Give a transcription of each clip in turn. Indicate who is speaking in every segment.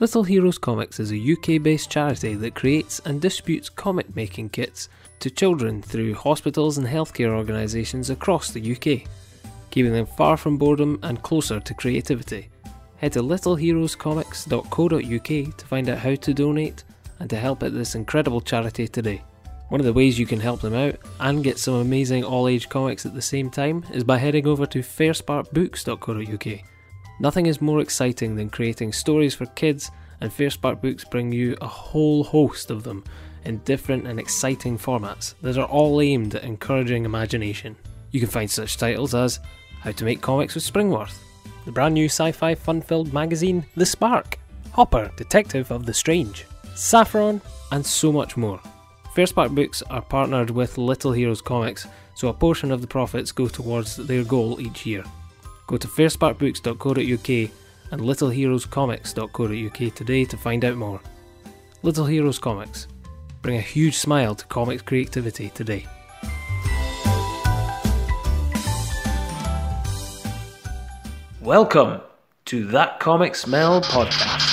Speaker 1: Little Heroes Comics is a UK based charity that creates and distributes comic making kits to children through hospitals and healthcare organisations across the UK, keeping them far from boredom and closer to creativity. Head to littleheroescomics.co.uk to find out how to donate and to help at this incredible charity today. One of the ways you can help them out and get some amazing all age comics at the same time is by heading over to fairsparkbooks.co.uk. Nothing is more exciting than creating stories for kids, and Fairspark Books bring you a whole host of them in different and exciting formats that are all aimed at encouraging imagination. You can find such titles as How to Make Comics with Springworth, the brand new sci fi fun filled magazine The Spark, Hopper, Detective of the Strange, Saffron, and so much more. Fairspark Books are partnered with Little Heroes Comics, so a portion of the profits go towards their goal each year. Go to fairsparkbooks.co.uk and littleheroescomics.co.uk today to find out more. Little Heroes Comics bring a huge smile to comics creativity today. Welcome to That Comic Smell podcast.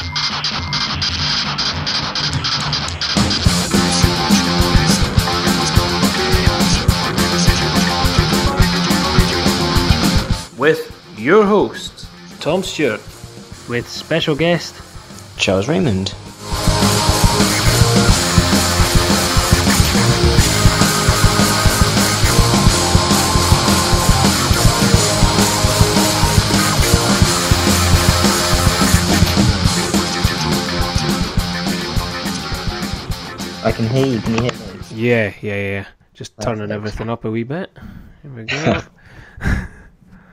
Speaker 1: With your host, Tom Stewart, with special guest
Speaker 2: Charles Raymond. I can hear you. Can you hear me?
Speaker 1: Yeah, yeah, yeah. Just
Speaker 2: That's
Speaker 1: turning
Speaker 2: nice.
Speaker 1: everything up a wee bit. Here we go.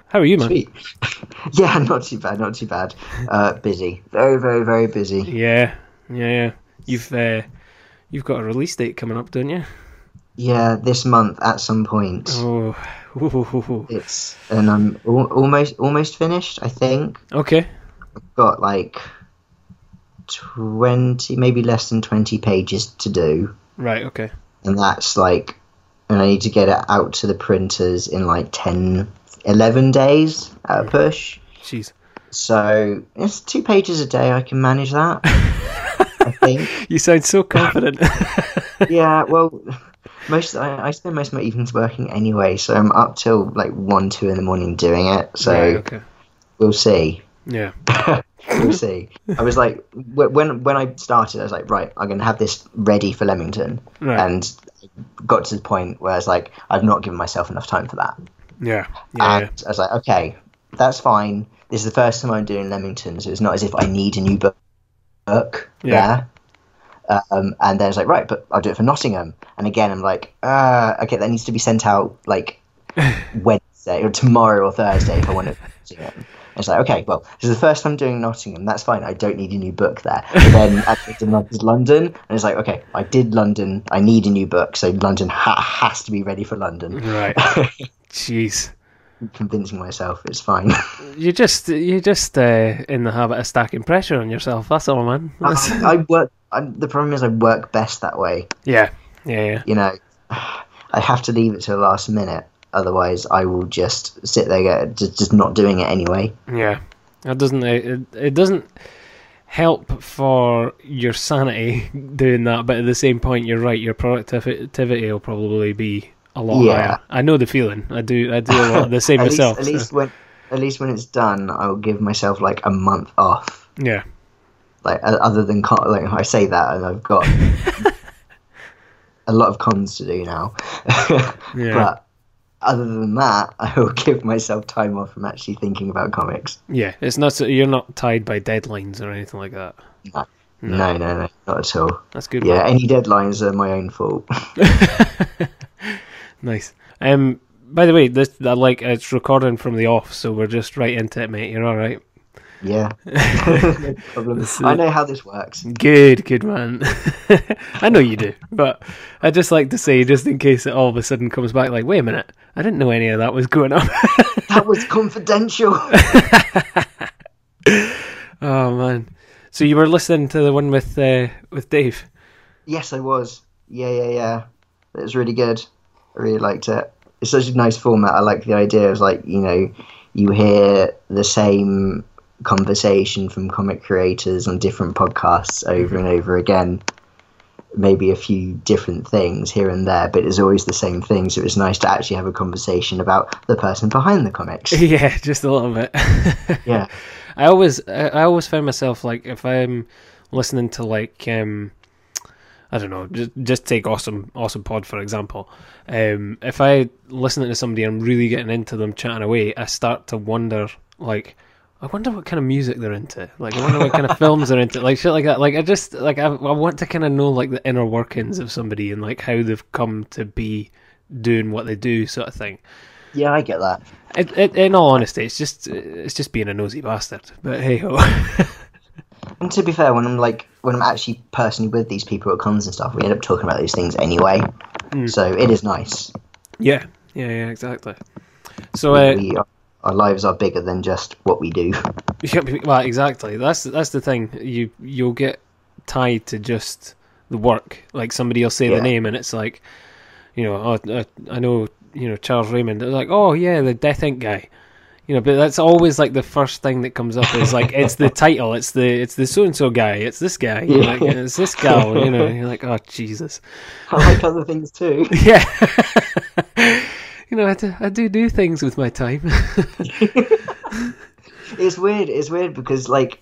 Speaker 1: How are you, man?
Speaker 2: Sweet. yeah, not too bad. Not too bad. Uh, busy. Very, very, very busy.
Speaker 1: Yeah, yeah, yeah. You've uh, you've got a release date coming up, don't you?
Speaker 2: Yeah, this month at some point.
Speaker 1: Oh,
Speaker 2: It's and I'm al- almost almost finished. I think
Speaker 1: okay.
Speaker 2: got like twenty, maybe less than twenty pages to do,
Speaker 1: Right. Okay.
Speaker 2: and that's like, and I need to get it out to the printers in like 10, 11 days at a push.
Speaker 1: Jeez.
Speaker 2: So it's two pages a day. I can manage that. I think.
Speaker 1: You sound so confident.
Speaker 2: Yeah. Well, most I, I spend most of my evenings working anyway, so I'm up till like one, two in the morning doing it. So
Speaker 1: Right, okay.
Speaker 2: we'll see.
Speaker 1: Yeah.
Speaker 2: we'll see. I was like, wh- when when I started, I was like, right, I'm going to have this ready for Leamington,
Speaker 1: Right.
Speaker 2: and got to the point where I was like, I've not given myself enough time for that,
Speaker 1: Yeah. Yeah. yeah.
Speaker 2: and I was like, okay, that's fine. This is the first time I'm doing Leamington, so it's not as if I need a new book. book
Speaker 1: Yeah.
Speaker 2: there. Um, and then it's like, right, but I'll do it for Nottingham. And again, I'm like, uh, okay, that needs to be sent out like Wednesday or tomorrow or Thursday if I want to. do it. And It's like, okay, well, this is the first time doing Nottingham. That's fine. I don't need a new book there. And then I did Lon- did London, and it's like, okay, I did London. I need a new book, so London ha- has to be ready for London.
Speaker 1: Right. Jeez.
Speaker 2: Convincing myself it's fine.
Speaker 1: You're just you're just uh, in the habit of stacking pressure on yourself. That's all, man. That's-
Speaker 2: I, I work. I, the problem is, I work best that way.
Speaker 1: yeah. Yeah. Yeah.
Speaker 2: you know, I have to leave it to the last minute. Otherwise, I will just sit there, go- just, just not doing it anyway.
Speaker 1: Yeah, that doesn't it, it doesn't help for your sanity doing that. But at the same point, you're right. Your productivity will probably be a lot
Speaker 2: Yeah.
Speaker 1: higher. I know the feeling. I do. I do a lot of the same
Speaker 2: at
Speaker 1: myself.
Speaker 2: least,
Speaker 1: so-
Speaker 2: at least when, at least when it's done, I will give myself like a month off.
Speaker 1: yeah,
Speaker 2: Like o- other than con- like I say that, and I've got a lot of cons to do now.
Speaker 1: yeah,
Speaker 2: But other than that, I will give myself time off from actually thinking about comics.
Speaker 1: yeah. It's not. so- You're not tied by deadlines or anything like that. No.
Speaker 2: No, no, no, not at all.
Speaker 1: That's good. man.
Speaker 2: Yeah, any deadlines are my own fault.
Speaker 1: Nice. Um. By the way, this I like it's recording from the off, so we're just right into it, mate. You're all right.
Speaker 2: Yeah. no problem.
Speaker 1: This is-
Speaker 2: I know how this works.
Speaker 1: Good, good man. I know you do, but I just like to say, just in case it all of a sudden comes back, like, wait a minute, I didn't know any of that was going on.
Speaker 2: That was confidential.
Speaker 1: oh man! So you were listening to the one with uh, with Dave?
Speaker 2: yes, I was. Yeah, yeah, yeah. It was really good. I really liked it. It's such a nice format. I like the idea of like, you know, you hear the same conversation from comic creators on different podcasts over and over again. Maybe a few different things here and there, but it's always the same thing. So it's nice to actually have a conversation about the person behind the comics.
Speaker 1: yeah, just a little bit.
Speaker 2: yeah,
Speaker 1: I always I I always find myself like if I'm listening to like um I don't know just just take awesome awesome pod for example um if I listen to somebody and I'm really getting into them chatting away I start to wonder like I wonder what kind of music they're into like I wonder what kind of films they're into like shit like that like I just like I, I want to kind of know like the inner workings of somebody and like how they've come to be doing what they do sort of thing
Speaker 2: yeah, I get that.
Speaker 1: it, it, in all honesty it's just it's just being a nosy bastard but hey ho
Speaker 2: And to be fair, when I'm like when I'm actually personally with these people at cons and stuff, we end up talking about these things anyway. So it is nice.
Speaker 1: Yeah, yeah, yeah, exactly. So, uh,
Speaker 2: we are, our lives are bigger than just what we do.
Speaker 1: yeah, well, exactly. That's that's the thing. You you'll get tied to just the work. Like somebody will say
Speaker 2: Yeah.
Speaker 1: the name, and it's like, you know, oh, I, I know, you know, Charles Raymond. They're like, oh yeah, the Death Inc. guy. You know, but that's always like the first thing that comes up is like it's the title, it's the it's the so and so guy, it's this guy, you know, like, it's this gal. You know, you're like, oh Jesus.
Speaker 2: I like other things too.
Speaker 1: Yeah. you know, I do, I do do things with my time.
Speaker 2: It's weird. It's weird because like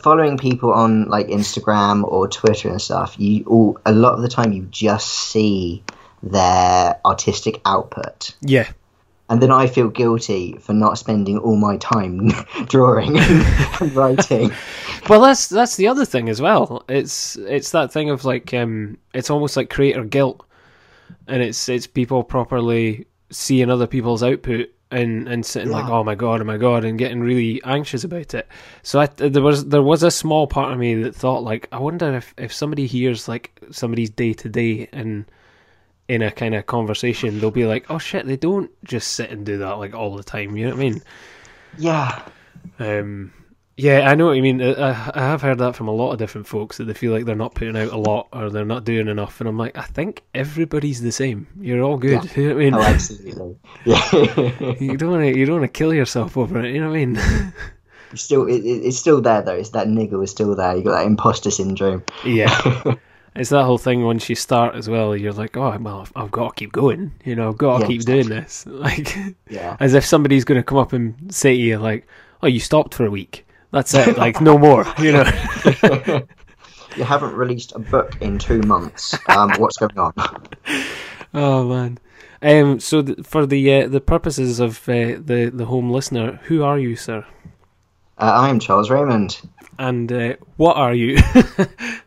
Speaker 2: following people on like Instagram or Twitter and stuff, you all a lot of the time you just see their artistic output.
Speaker 1: yeah.
Speaker 2: And then I feel guilty for not spending all my time drawing and writing.
Speaker 1: Well, that's that's the other thing as well. It's it's that thing of like um, it's almost like creator guilt, and it's it's people properly seeing other people's output and and sitting like, oh my god, oh my god, and getting really anxious about it. So I, there was there was a small part of me that thought like, I wonder if if somebody hears like somebody's day to day and in a kind of conversation, they'll be like, oh shit, they don't just sit and do that like all the time. You know what I mean?
Speaker 2: Yeah.
Speaker 1: Um, yeah, I know what you mean. I, I- I have heard that from a lot of different folks that they feel like they're not putting out a lot or they're not doing enough. And I'm like, I think everybody's the same. You're all good. You know what I mean?
Speaker 2: Oh, absolutely. Yeah.
Speaker 1: you don't want to. You don't want to kill yourself over it. You know what I mean?
Speaker 2: It's still, it, it- it's still there though. It's that niggle is still there. You got that imposter syndrome.
Speaker 1: yeah. It's that whole thing once you start as well. You're like, oh well, I've, I've got to keep going. You know, I've got to
Speaker 2: Yeah,
Speaker 1: keep doing this. Like,
Speaker 2: Yeah.
Speaker 1: as if somebody's going to come up and say to you, like, oh, you stopped for a week. That's it. Like, no more. You know.
Speaker 2: You haven't released a book in two months. Um, what's going on?
Speaker 1: Oh man. Um, so th- for the uh, the purposes of uh, the the home listener, who are you, sir?
Speaker 2: Uh, I'm Charles Raymond.
Speaker 1: And uh, what are you?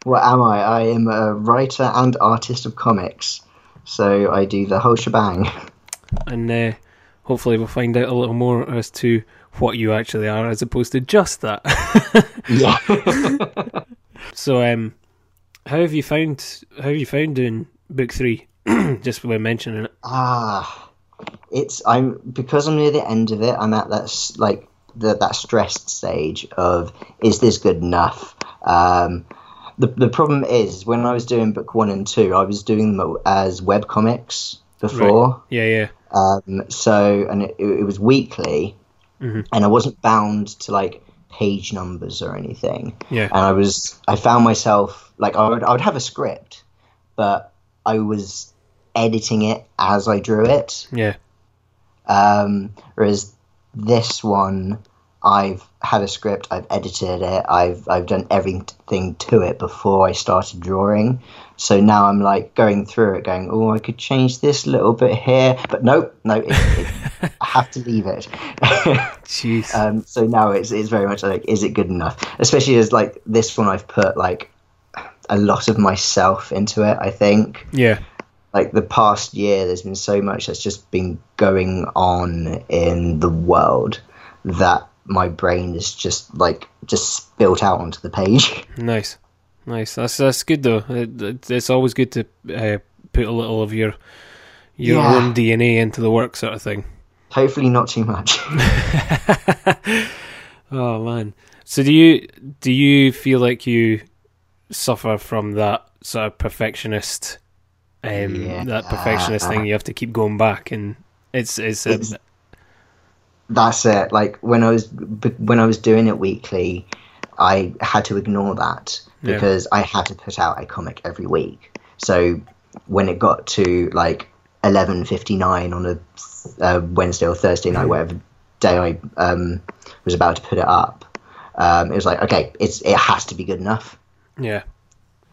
Speaker 2: What am I? I am a writer and artist of comics. So I do the whole shebang.
Speaker 1: and uh, hopefully we'll find out a little more as to what you actually are, as opposed to just that.
Speaker 2: Yeah.
Speaker 1: so, um, how have you found how have you found doing book three? just by mentioning it.
Speaker 2: ah, it's I'm because I'm near the end of it. I'm at that s- like the, that stressed stage of is this good enough? Um, the the problem is when I was doing book one and two, I was doing them as web comics before.
Speaker 1: Yeah, yeah,
Speaker 2: Um, so, and it, it was weekly,
Speaker 1: Mhm.
Speaker 2: and I wasn't bound to like page numbers or anything.
Speaker 1: yeah.
Speaker 2: And I was, I found myself like I would, I would have a script, but I was editing it as I drew it.
Speaker 1: Yeah,
Speaker 2: Um, whereas this one, I've had a script, I've edited it, I've I've done everything to it before I started drawing. So now I'm like going through it, going, oh, I could change this little bit here, but nope, no, it, it, I have to leave it.
Speaker 1: jeez.
Speaker 2: um, so now it's it's very much like, is it good enough? Especially as like this one, I've put like a lot of myself into it. I think
Speaker 1: yeah,
Speaker 2: like the past year there's been so much that's just been going on in the world that my brain is just like just spilt out onto the page
Speaker 1: Nice, nice. That's that's good though. It, it, it's always good to uh, put a little of your your
Speaker 2: Yeah.
Speaker 1: own DNA into the work, sort of thing.
Speaker 2: hopefully not too much
Speaker 1: Oh man. So do you do you feel like you suffer from that sort of perfectionist, um, that perfectionist thing? You have to keep going back, and it's it's, a,
Speaker 2: It's- that's it. Like when I was when I was doing it weekly, I had to ignore that
Speaker 1: Yeah.
Speaker 2: because I had to put out a comic every week. So when it got to like eleven fifty nine on a uh, Wednesday or Thursday night, whatever day I um, was about to put it up, um, it was like okay, it's it has to be good enough.
Speaker 1: Yeah.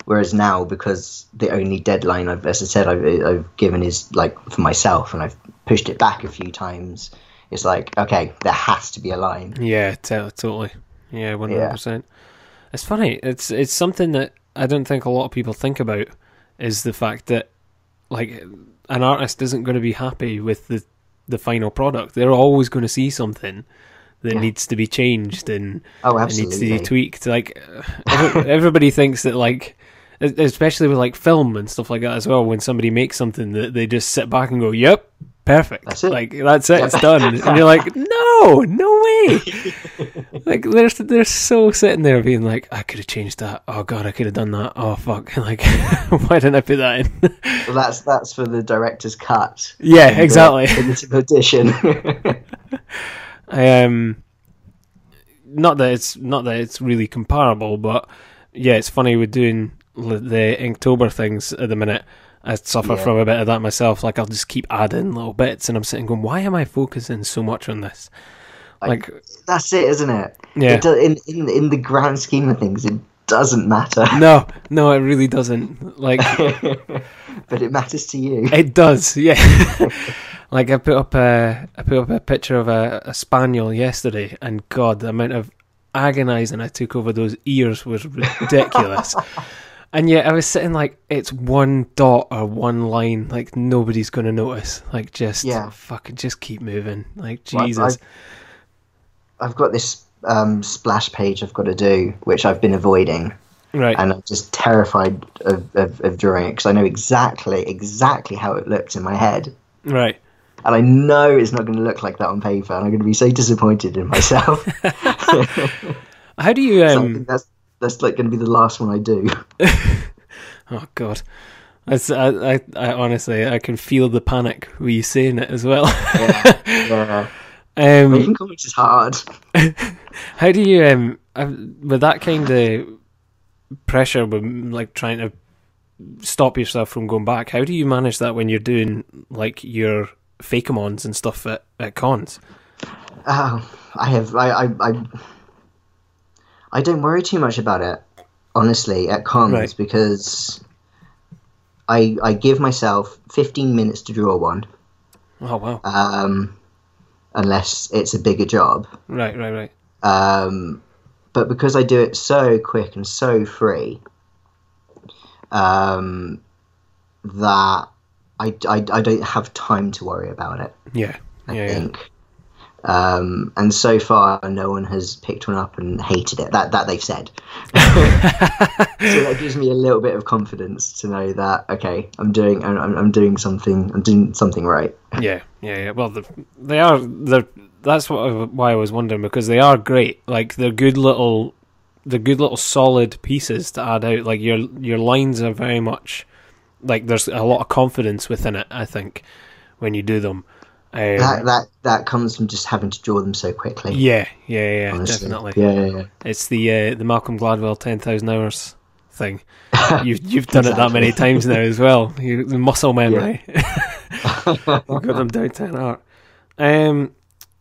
Speaker 2: Whereas now, because the only deadline I've, as I said, I've, I've given is like for myself, and I've pushed it back a few times. It's like okay, there has to be a line.
Speaker 1: Yeah, to- totally. Yeah, one hundred percent. It's funny. It's it's something that I don't think a lot of people think about is the fact that like an artist isn't going to be happy with the the final product. They're always going to see something that
Speaker 2: Yeah.
Speaker 1: needs to be changed and
Speaker 2: Oh,
Speaker 1: it needs to
Speaker 2: absolutely.
Speaker 1: be tweaked. Like every- everybody thinks that like es- especially with like film and stuff like that as well when somebody makes something that they just sit back and go yep perfect
Speaker 2: That's it.
Speaker 1: like that's it it's done and you're like no no way like they're they're so sitting there being like, I could have changed that. Oh god, I could have done that. Oh fuck, like why didn't I put that in?
Speaker 2: Well, that's that's for the director's cut.
Speaker 1: yeah, exactly.
Speaker 2: Limited edition.
Speaker 1: Um, not that it's not that it's really comparable, but yeah, it's funny with doing l- the Inktober things at the minute. I suffer
Speaker 2: Yeah.
Speaker 1: from a bit of that myself. Like I'll just keep adding little bits, and I'm sitting going, why am I focusing so much on this? Like,
Speaker 2: Like- that's it, isn't it?
Speaker 1: Yeah.
Speaker 2: It do, in, in in the grand scheme of things, it doesn't matter,
Speaker 1: no, no, it really doesn't. Like.
Speaker 2: but it matters to you.
Speaker 1: It does, yeah. like I put up a, I put up a picture of a, a spaniel yesterday, and God, the amount of agonising I took over those ears was ridiculous. and yet I was sitting like it's one dot or one line, like nobody's going to notice. Like just,
Speaker 2: Yeah.
Speaker 1: fucking, just keep moving. Like
Speaker 2: Well, I've-
Speaker 1: Jesus,
Speaker 2: I've got this um, splash page I've got to do, which I've been avoiding.
Speaker 1: right?
Speaker 2: and I'm just terrified of, of, of drawing it because I know exactly exactly how it looks in my head,
Speaker 1: right.
Speaker 2: and I know it's not going to look like that on paper, and I'm going to be so disappointed in myself. so
Speaker 1: How do you?
Speaker 2: I
Speaker 1: um
Speaker 2: think that's that's like going to be the last one I do.
Speaker 1: Oh God. That's, I, I, I honestly, I can feel the panic with you saying it as well.
Speaker 2: yeah,
Speaker 1: um,
Speaker 2: making comics is hard.
Speaker 1: How do you um uh, with that kind of pressure with mm, like trying to stop yourself from going back? How do you manage that when you're doing like your fakeamons and stuff at, at cons?
Speaker 2: Oh, I have I I, I I don't worry too much about it, honestly, at cons
Speaker 1: Right.
Speaker 2: because I I give myself 15 minutes to draw one.
Speaker 1: Oh wow!
Speaker 2: um, unless it's a bigger job.
Speaker 1: right, right, right.
Speaker 2: Um, but because I do it so quick and so free, um, that I, I, I don't have time to worry about it,
Speaker 1: Yeah,
Speaker 2: I
Speaker 1: yeah, yeah.
Speaker 2: think. Um, and so far, no one has picked one up and hated it. That that they've said. so that gives me a little bit of confidence to know that okay, I'm doing I'm, I'm I'm doing something I'm doing something right.
Speaker 1: yeah, yeah, yeah. Well, the, they are. They're, that's what I, why I was wondering because they are great. Like they're good little, they're good little solid pieces to add out. Like your your lines are very much like there's a lot of confidence within it. I think when you do them. Um,
Speaker 2: that that that comes from just having to draw them so quickly.
Speaker 1: yeah, yeah, yeah,
Speaker 2: honestly.
Speaker 1: definitely.
Speaker 2: Yeah, yeah, yeah.
Speaker 1: It's the uh, the Malcolm Gladwell ten thousand hours thing. You've you've done it that many times now as well. You, the muscle memory. You've got them down to an art. Um,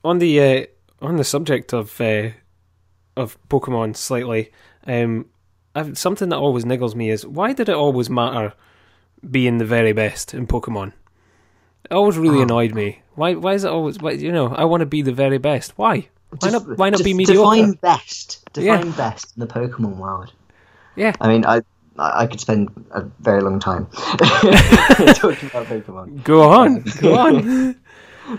Speaker 1: on the uh, on the subject of uh, of Pokemon slightly, um, I've, something that always niggles me is why did it always matter being the very best in Pokemon? It always really annoyed me. Why why is it always? Why, you know, I want to be the very best. Why? Why
Speaker 2: Def-
Speaker 1: not? Why not be
Speaker 2: def-
Speaker 1: mediocre?
Speaker 2: Define best.
Speaker 1: Yeah.
Speaker 2: Define best in the Pokemon world.
Speaker 1: Yeah.
Speaker 2: I mean, I I I could spend a very long time talking about Pokemon,
Speaker 1: Go on, go on.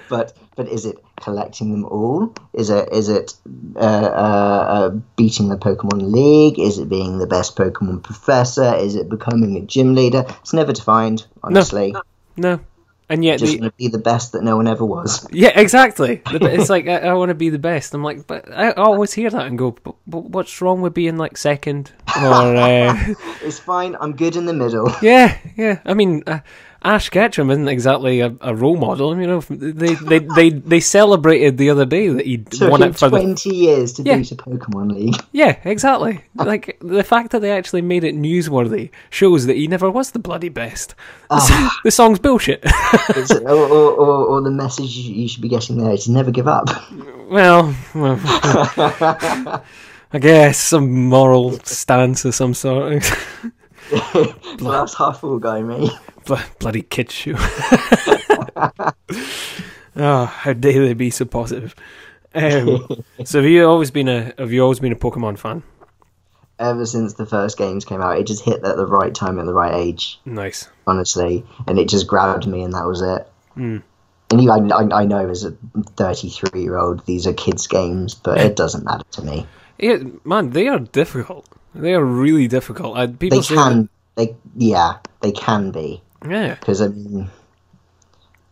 Speaker 2: but but is it collecting them all? Is it is it uh, uh, uh, beating the Pokemon League? Is it being the best Pokemon professor? Is it becoming a gym leader? It's never defined, honestly.
Speaker 1: No, and yet
Speaker 2: Just
Speaker 1: the,
Speaker 2: want to be the best that no one ever was.
Speaker 1: yeah, exactly. The- It's like I, I want to be the best. I'm like, but I always hear that and go, but, but what's wrong with being like second or uh,
Speaker 2: It's fine. I'm good in the middle.
Speaker 1: yeah, yeah. I mean, uh, Ash Ketchum isn't exactly a, a role model. You know, they they, they they celebrated the other day that he
Speaker 2: Took
Speaker 1: won
Speaker 2: him
Speaker 1: it for the
Speaker 2: 20 years to
Speaker 1: Yeah.
Speaker 2: beat a Pokemon League.
Speaker 1: yeah, exactly. Like the fact that they actually made it newsworthy shows that he never was the bloody best.
Speaker 2: Ah.
Speaker 1: the song's bullshit.
Speaker 2: It's, or, or, or, or the message you you should be getting there is to never give up.
Speaker 1: Well, well, I guess some moral stance of some sort.
Speaker 2: Glass half full guy, mate.
Speaker 1: Bl- bloody kid shoe. oh, how dare they be so positive? Um, so have you always been a have you always been a Pokemon fan?
Speaker 2: Ever since the first games came out, it just hit at the right time at the right age,
Speaker 1: Nice.
Speaker 2: honestly, and it just grabbed me, and that was it.
Speaker 1: Mm.
Speaker 2: And you, I, I- I know as a 33 year old, these are kids' games, but it doesn't matter to me.
Speaker 1: Yeah, man, they are difficult. They are really difficult. I, people
Speaker 2: They
Speaker 1: say
Speaker 2: can, they yeah, they can be
Speaker 1: that- yeah,
Speaker 2: because I mean,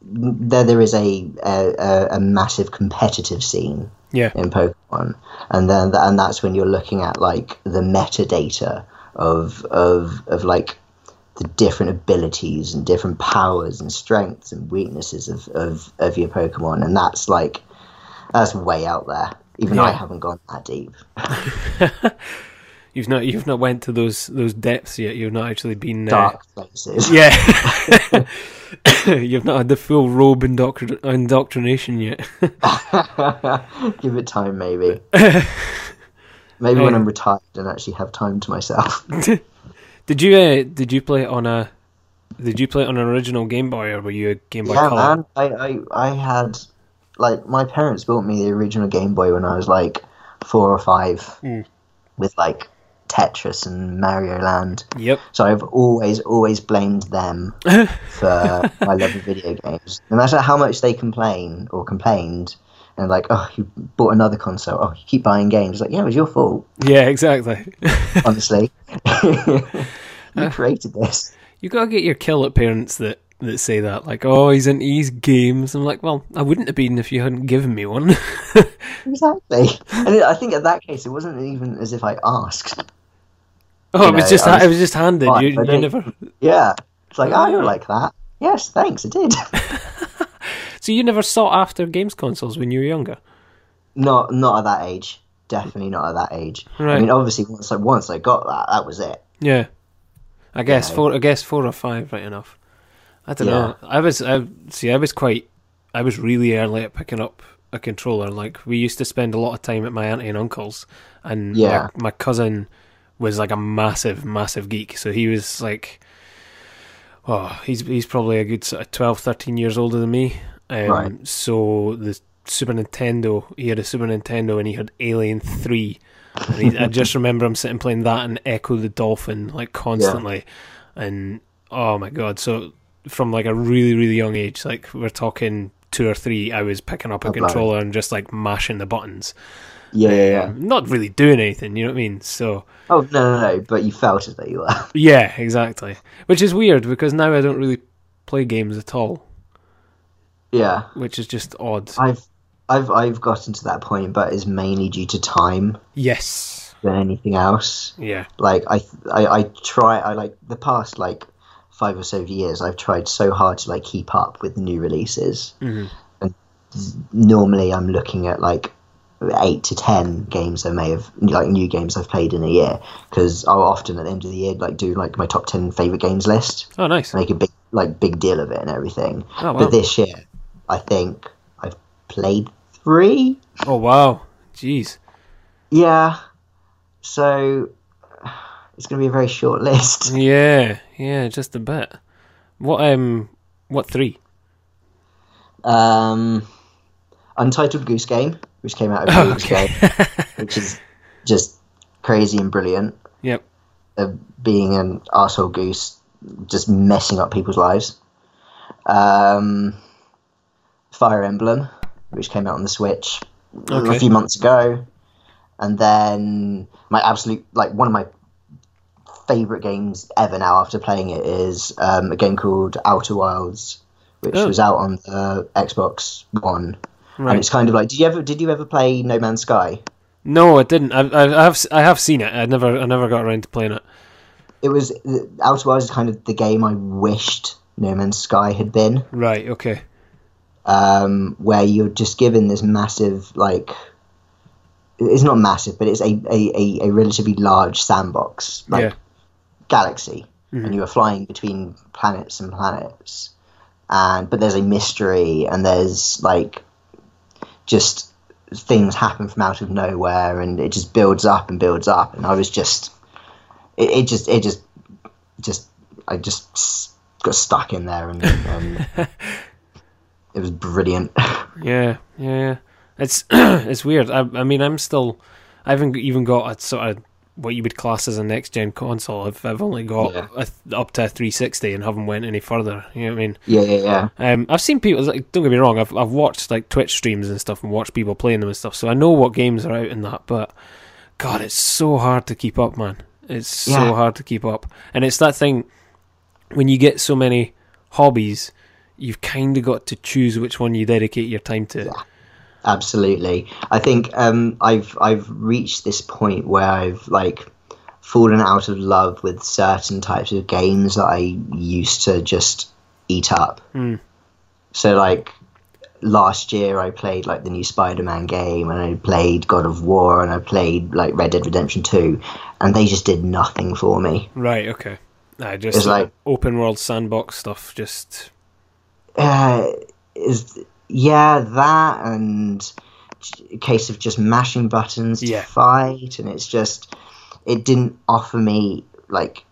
Speaker 2: there there is a a, a- a massive competitive scene
Speaker 1: yeah,
Speaker 2: in Pokemon, and then tha- and that's when you're looking at like the metadata of of of like the different abilities and different powers and strengths and weaknesses of of, of your Pokemon, and that's like that's way out there. Even I
Speaker 1: Yeah.
Speaker 2: haven't gone that deep.
Speaker 1: you've not you've not went to those those depths yet. You've not actually been uh,
Speaker 2: Dark places.
Speaker 1: Yeah, you've not had the full robe indoctr- indoctrination yet.
Speaker 2: Give it time, maybe. maybe when
Speaker 1: Yeah.
Speaker 2: I'm retired and actually have time to myself.
Speaker 1: Did you uh, did you play it on a did you play it on an original Game Boy or were you a Game Boy
Speaker 2: yeah,
Speaker 1: Color?
Speaker 2: man. I, I, I had like my parents bought me the original Game Boy when I was like four or five,
Speaker 1: Mm.
Speaker 2: with like Tetris and Mario Land.
Speaker 1: Yep.
Speaker 2: So I've always, always blamed them for my love of video games. No matter how much they complain or complained, and like, oh, you bought another console. Oh, you keep buying games. Like, yeah, it was your fault.
Speaker 1: Yeah, exactly.
Speaker 2: honestly. you created this.
Speaker 1: you gotta get your kill at parents that that say that like, oh, he's into these games. I'm like, well, I wouldn't have been if you hadn't given me one.
Speaker 2: Exactly. And it- I think at that case, it wasn't even as if I asked.
Speaker 1: oh,
Speaker 2: You
Speaker 1: it was
Speaker 2: know,
Speaker 1: just
Speaker 2: I was
Speaker 1: it was just handed.
Speaker 2: fine,
Speaker 1: You,
Speaker 2: I
Speaker 1: you
Speaker 2: didn't-
Speaker 1: never.
Speaker 2: Yeah. It's like, oh, you're like that. Yes, thanks, I did.
Speaker 1: So you never sought after games consoles when you were younger.
Speaker 2: not, not at that age. Definitely not at that age.
Speaker 1: Right.
Speaker 2: I mean, obviously, once I once I got that, that was it.
Speaker 1: Yeah, I guess
Speaker 2: Yeah.
Speaker 1: four. I guess four or five, right enough. I don't
Speaker 2: Yeah.
Speaker 1: know. I was. I see. I was quite. I was really early at picking up a controller. Like we used to spend a lot of time at my auntie and uncle's, and my-
Speaker 2: Yeah.
Speaker 1: my, cousin was like a massive, massive geek. So he was like, oh, he's he's probably a good sort of 12, 13 years older than me. Um,
Speaker 2: Right.
Speaker 1: So the Super Nintendo, he had a Super Nintendo, and he had Alien Three. And he, I just remember him sitting playing that and Echo the Dolphin like constantly, and oh my god! So from like a really really young age, like we're talking two or three, I was picking up a
Speaker 2: Oh, blimey.
Speaker 1: controller and just like mashing the buttons,
Speaker 2: Yeah, yeah, yeah.
Speaker 1: Um, not really doing anything. You know what I mean? So
Speaker 2: Oh, no, no, no. But you felt as though you were.
Speaker 1: yeah, exactly. Which is weird because now I don't really play games at all,
Speaker 2: yeah.
Speaker 1: which is just odd.
Speaker 2: I've. I've I've gotten to that point, but it's mainly due to time
Speaker 1: yes.
Speaker 2: than anything else.
Speaker 1: Yeah.
Speaker 2: like I, I i try i like the past like five or so years i've tried so hard to like keep up with the new releases
Speaker 1: Mhm.
Speaker 2: and normally i'm looking at like eight to ten games i may have like new games i've played in a year because i'll often at the end of the year like do like my top 10 favorite games list
Speaker 1: Oh, nice.
Speaker 2: make a big like big deal of it and everything
Speaker 1: Oh wow.
Speaker 2: but this year i think i've played three
Speaker 1: oh wow. Jeez.
Speaker 2: yeah so it's going to be a very short list
Speaker 1: Yeah. Yeah. Just a bit. What um. What three?
Speaker 2: um, Untitled Goose Game, which came out a few
Speaker 1: Oh,
Speaker 2: weeks ago, which is just crazy and brilliant.
Speaker 1: Yep.
Speaker 2: Uh, being an arsehole goose, just messing up people's lives. Um, Fire Emblem, which came out on the Switch
Speaker 1: Okay.
Speaker 2: a few months ago, and then my absolute like one of my favorite games ever now after playing it is um, a game called Outer Wilds, which
Speaker 1: Oh.
Speaker 2: was out on the Xbox One.
Speaker 1: Right.
Speaker 2: And it's kind of like, did you ever did you ever play No Man's Sky?
Speaker 1: No, I didn't. I, I, I have s- I have seen it. I never I never got around to playing it.
Speaker 2: It was Outer Wilds is kind of the game I wished No Man's Sky had been,
Speaker 1: Right. Okay.
Speaker 2: um, where you're just given this massive like. It's not massive, but it's a, a, a, a relatively large sandbox, like
Speaker 1: yeah.
Speaker 2: galaxy and you are flying between planets and planets and but there's a mystery and there's like just things happen from out of nowhere and it just builds up and builds up and i was just it, it just it just just i just s- got stuck in there and, and it was brilliant
Speaker 1: Yeah. Yeah. yeah. It's it's weird. I I mean I'm still I haven't even got a sort of what you would class as a next gen console. I've I've only got
Speaker 2: Yeah.
Speaker 1: a th- up to a 360 and haven't went any further. You know what I mean?
Speaker 2: yeah yeah yeah
Speaker 1: Um, I've seen people. Like, don't get me wrong. I've I've watched like Twitch streams and stuff, and watched people playing them and stuff. So I know what games are out in that. But God, it's so hard to keep up, man. It's
Speaker 2: Yeah.
Speaker 1: so hard to keep up, and it's that thing when you get so many hobbies, you've kind of got to choose which one you dedicate your time to.
Speaker 2: Absolutely. I think um, I've I've reached this point where I've like fallen out of love with certain types of games that I used to just eat up. So like last year I played like the new Spider-Man game and I played God of War and I played like Red Dead Redemption 2 and they just did nothing for me.
Speaker 1: Right. Okay. I just
Speaker 2: It's like-
Speaker 1: open world sandbox stuff. Just
Speaker 2: uh, is yeah that and a case of just mashing buttons to
Speaker 1: Yeah.
Speaker 2: fight and it's just it didn't offer me like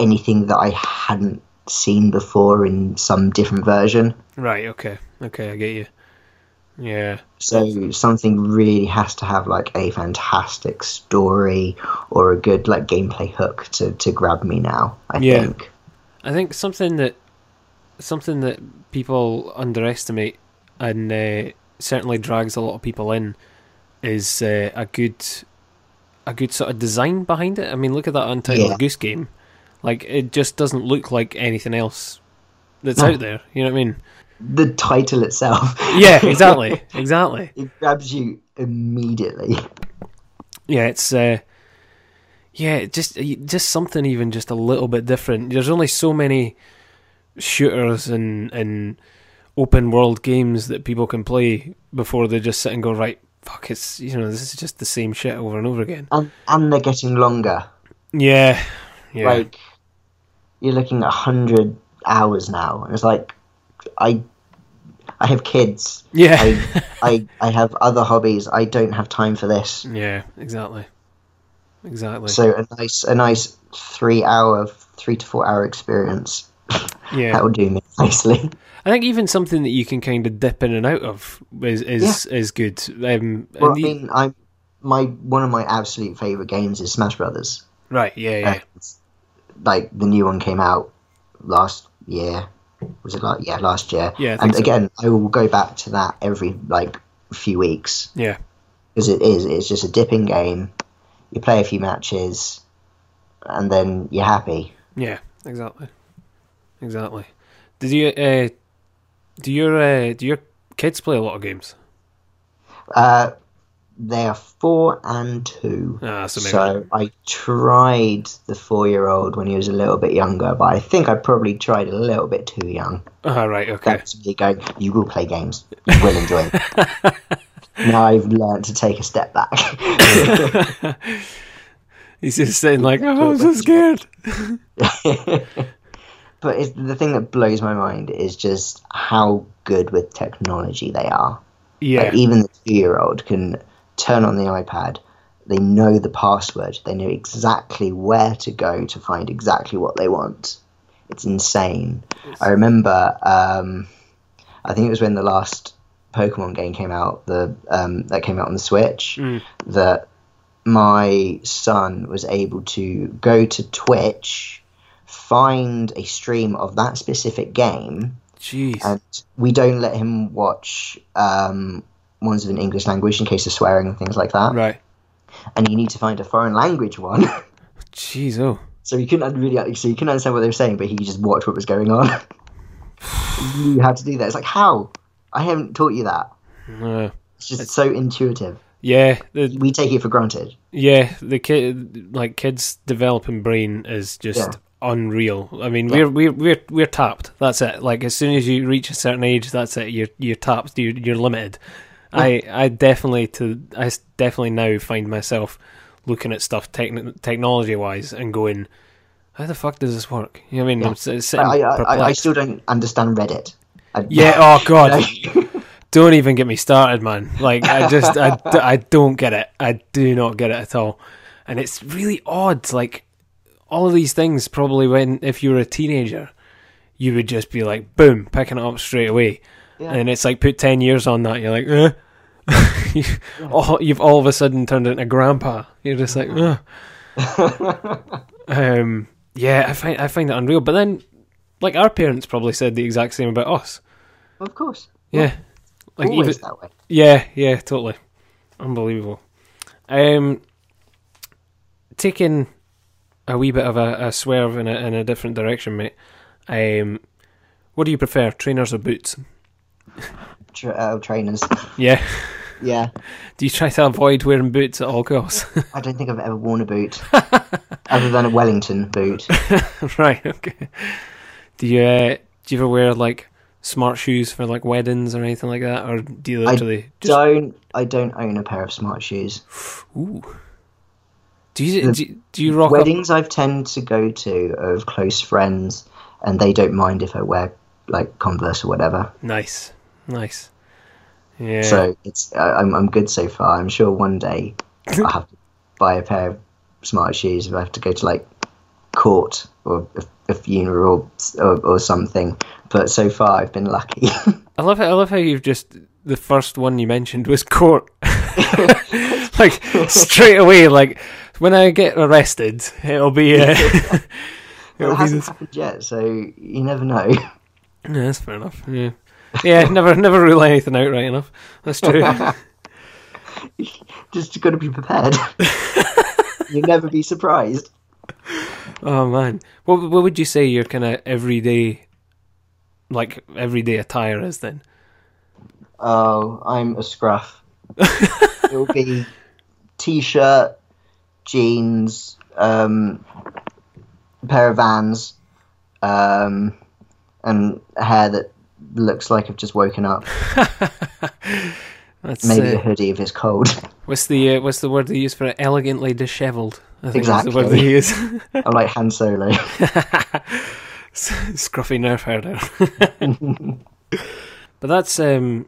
Speaker 2: anything that i hadn't seen before in some different version
Speaker 1: right. Okay. Okay. I get you. Yeah.
Speaker 2: so something really has to have like a fantastic story or a good like gameplay hook to, to grab me now i
Speaker 1: Yeah.
Speaker 2: think
Speaker 1: I think something that something that people underestimate and uh, certainly drags a lot of people in is uh, a good a good sort of design behind it. I mean, look at that Untitled
Speaker 2: Yeah.
Speaker 1: Goose Game. Like it just doesn't look like anything else that's
Speaker 2: No.
Speaker 1: out there. You know what I mean?
Speaker 2: the title itself
Speaker 1: Yeah, exactly, exactly.
Speaker 2: it grabs you immediately
Speaker 1: Yeah, it's uh, yeah, it just it- just something even just a little bit different. There's only so many shooters and and open world games that people can play before they just sit and go right. Fuck, it's you know this is just the same shit over and over again.
Speaker 2: and and they're getting longer.
Speaker 1: Yeah, yeah,
Speaker 2: Like you're looking at hundred hours now, and it's like I I have kids.
Speaker 1: yeah,
Speaker 2: I, I I have other hobbies. I don't have time for this.
Speaker 1: yeah. Exactly, exactly.
Speaker 2: So a nice a nice three hour, three to four hour experience
Speaker 1: yeah,
Speaker 2: that will do me nicely.
Speaker 1: I think even something that you can kind of dip in and out of is is is good. Um,
Speaker 2: Well, I
Speaker 1: and you-
Speaker 2: mean, I my one of my absolute favorite games is Smash Brothers.
Speaker 1: right? Yeah, yeah.
Speaker 2: Like the new one came out last year. Was it like yeah last year?
Speaker 1: Yeah, I think
Speaker 2: and
Speaker 1: so.
Speaker 2: again, I will go back to that every like few weeks.
Speaker 1: yeah.
Speaker 2: because it is. It's just a dipping game. You play a few matches, and then you're happy.
Speaker 1: Yeah, exactly, exactly. Did you uh, do your uh, do your kids play a lot of games?
Speaker 2: Uh, they are four and two.
Speaker 1: Ah, so maybe.
Speaker 2: So I tried the four-year-old when he was a little bit younger, but I think I probably tried a little bit too young.
Speaker 1: Ah, right, okay.
Speaker 2: That's me going. You will play games. You will enjoy. them." now I've learned to take a step back.
Speaker 1: He's just sitting like, oh, I'm so scared.
Speaker 2: but it's, the thing that blows my mind is just how good with technology they are.
Speaker 1: Yeah,
Speaker 2: Like, even the two year old can turn on the iPad. They know the password. They know exactly where to go to find exactly what they want. It's insane. I remember, um, I think it was when the last Pokemon game came out, the um, that came out on the Switch, that my son was able to go to Twitch, find a stream of that specific game,
Speaker 1: jeez.
Speaker 2: and we don't let him watch um, ones with an English language in case of swearing and things like that.
Speaker 1: right,
Speaker 2: And you need to find a foreign language one.
Speaker 1: jeez. Oh,
Speaker 2: so you couldn't really, so you couldn't understand what they were saying, but he just watched what was going on. he knew how to do that. It's like how I haven't taught you that.
Speaker 1: no.
Speaker 2: It's just so intuitive.
Speaker 1: Uh, Yeah, the,
Speaker 2: We take it for granted.
Speaker 1: yeah, the kid like kids developing brain is just
Speaker 2: Yeah.
Speaker 1: unreal. I mean, we're we're we're we're tapped. That's it. Like as soon as you reach a certain age, that's it. You're you're tapped. You're you're limited. I I definitely to I s- definitely now find myself looking at stuff techn technology wise and going, how the fuck does this work? You know what I mean? I'm s- sitting
Speaker 2: I, I, I, I
Speaker 1: perplexed.
Speaker 2: still don't understand Reddit. I,
Speaker 1: Yeah. Oh god. don't even get me started, man. Like I just I, d- I don't get it. I do not get it at all. And it's really odd. Like all of these things probably when if you were a teenager, you would just be like boom, picking it up straight away.
Speaker 2: Yeah.
Speaker 1: And it's like put ten years on that, you're like, eh. you, all, you've all of a sudden turned into grandpa. You're just like, eh. um, yeah, I find I find it unreal. But then, like our parents probably said the exact same about us.
Speaker 2: of course.
Speaker 1: Yeah. Like
Speaker 2: Always
Speaker 1: even
Speaker 2: that way.
Speaker 1: yeah, yeah, totally. Unbelievable. Um taking a wee bit of a, a swerve in a in a different direction, mate. Um what do you prefer, trainers or boots?
Speaker 2: Tra- uh, trainers.
Speaker 1: Yeah.
Speaker 2: yeah.
Speaker 1: Do you try to avoid wearing boots at all costs?
Speaker 2: I don't think I've ever worn a boot, other than a Wellington boot.
Speaker 1: right, okay. Do you uh, do you ever wear like smart shoes for like weddings or anything like that? Or do you
Speaker 2: I
Speaker 1: literally just
Speaker 2: don't I don't own a pair of smart shoes.
Speaker 1: ooh. Do you do you, do you rock up
Speaker 2: Weddings I've tend to go to of close friends, and they don't mind if I wear like Converse or whatever.
Speaker 1: nice. Nice. Yeah.
Speaker 2: So it's I, I'm I'm good so far. I'm sure one day I'll have to buy a pair of smart shoes if I have to go to like court or a, a funeral or, or something. But so far I've been lucky.
Speaker 1: I love it. I love how you've just the first one you mentioned was court. like straight away, like when I get arrested, it'll be. Uh,
Speaker 2: it
Speaker 1: it'll be
Speaker 2: hasn't
Speaker 1: this.
Speaker 2: happened yet, so you never know.
Speaker 1: Yeah, that's fair enough. Yeah, yeah. Never, never rule anything out right enough. That's true.
Speaker 2: Just got to be prepared. You'll never be surprised.
Speaker 1: oh man, what what would you say your kind of everyday, like everyday attire is then?
Speaker 2: Oh, I'm a scruff. It'll be t-shirt, jeans, um, pair of Vans, um, and hair that looks like I've just woken up.
Speaker 1: That's
Speaker 2: Maybe a
Speaker 1: uh,
Speaker 2: hoodie if it's cold.
Speaker 1: what's the uh, what's the word they use for it? Elegantly dishevelled. I think is the word
Speaker 2: Exactly.
Speaker 1: they use.
Speaker 2: I'm like Han Solo.
Speaker 1: scruffy nerf herder. but that's um,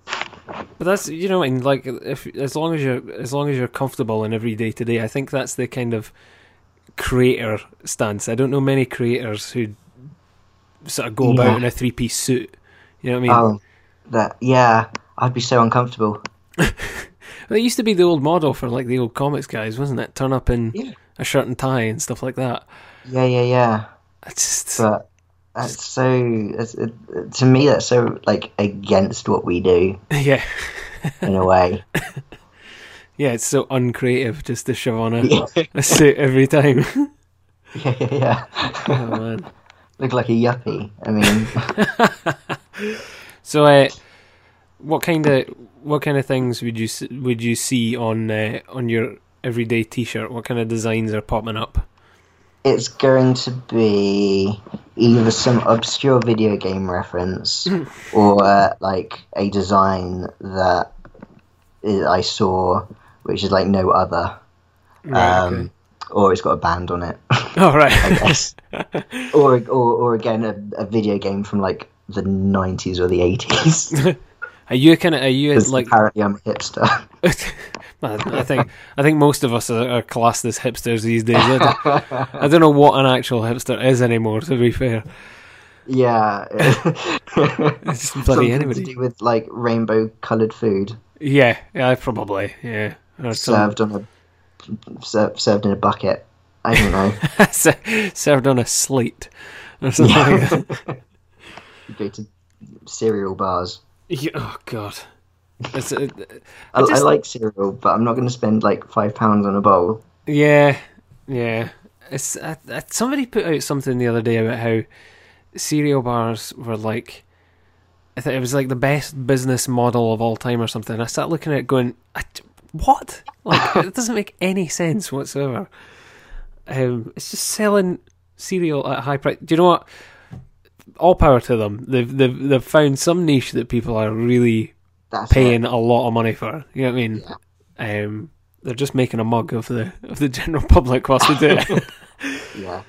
Speaker 1: but that's you know, and like if as long as you're as long as you're comfortable in every day to day, I think that's the kind of creator stance. I don't know many creators who sort of go
Speaker 2: Yeah.
Speaker 1: about in a three piece suit. You know what I mean?
Speaker 2: Oh, that yeah. I'd be so uncomfortable.
Speaker 1: Well, it used to be the old model for like the old comics guys, wasn't it? Turn up in
Speaker 2: Yeah.
Speaker 1: a shirt and tie and stuff like that.
Speaker 2: Yeah, yeah, yeah.
Speaker 1: It's just
Speaker 2: But that's so. That's, it, to me, that's so like against what we do
Speaker 1: yeah,
Speaker 2: in a way.
Speaker 1: yeah. It's so uncreative just to shove on a, a suit every time.
Speaker 2: yeah, yeah, yeah.
Speaker 1: oh man.
Speaker 2: Look like a yuppie. I mean,
Speaker 1: So, uh, what kind of what kind of things would you s- would you see on uh, on your everyday T-shirt? What kind of designs are popping up?
Speaker 2: it's going to be either some obscure video game reference or uh, like a design that i- I saw, which is like no other. Um, Or it's got a band on it.
Speaker 1: All right.
Speaker 2: yes. or, or or again a, a video game from like the 90s or the 80s.
Speaker 1: Are you kind of are you
Speaker 2: 'Cause
Speaker 1: like?
Speaker 2: apparently I'm a hipster.
Speaker 1: Man, I think I think most of us are, are classed as hipsters these days. I don't, I don't know what an actual hipster is anymore. To be fair,
Speaker 2: yeah.
Speaker 1: it's just
Speaker 2: Something
Speaker 1: bloody
Speaker 2: to
Speaker 1: anybody.
Speaker 2: do with like rainbow coloured food.
Speaker 1: Yeah, yeah, probably. Yeah, or some,
Speaker 2: served on a ser- served in a bucket. I don't know.
Speaker 1: served on a slate or something. Like that.
Speaker 2: You go to cereal bars.
Speaker 1: Yeah, oh god. It's, it,
Speaker 2: I,
Speaker 1: I just-
Speaker 2: I like cereal, but I'm not going to spend like five pounds on a bowl.
Speaker 1: yeah, yeah. It's I, I, somebody put out something the other day about how cereal bars were like. I think it was like the best business model of all time or something. I sat looking at it, going, I, what? Like, it doesn't make any sense whatsoever. Um, it's just selling cereal at high price. Do you know what? All power to them. They've they've they've found some niche that people are really
Speaker 2: That's
Speaker 1: paying a lot of money for. You know what I mean?
Speaker 2: Yeah.
Speaker 1: Um, they're just making a mug of the of the general public whilst they do it.
Speaker 2: it. Yeah,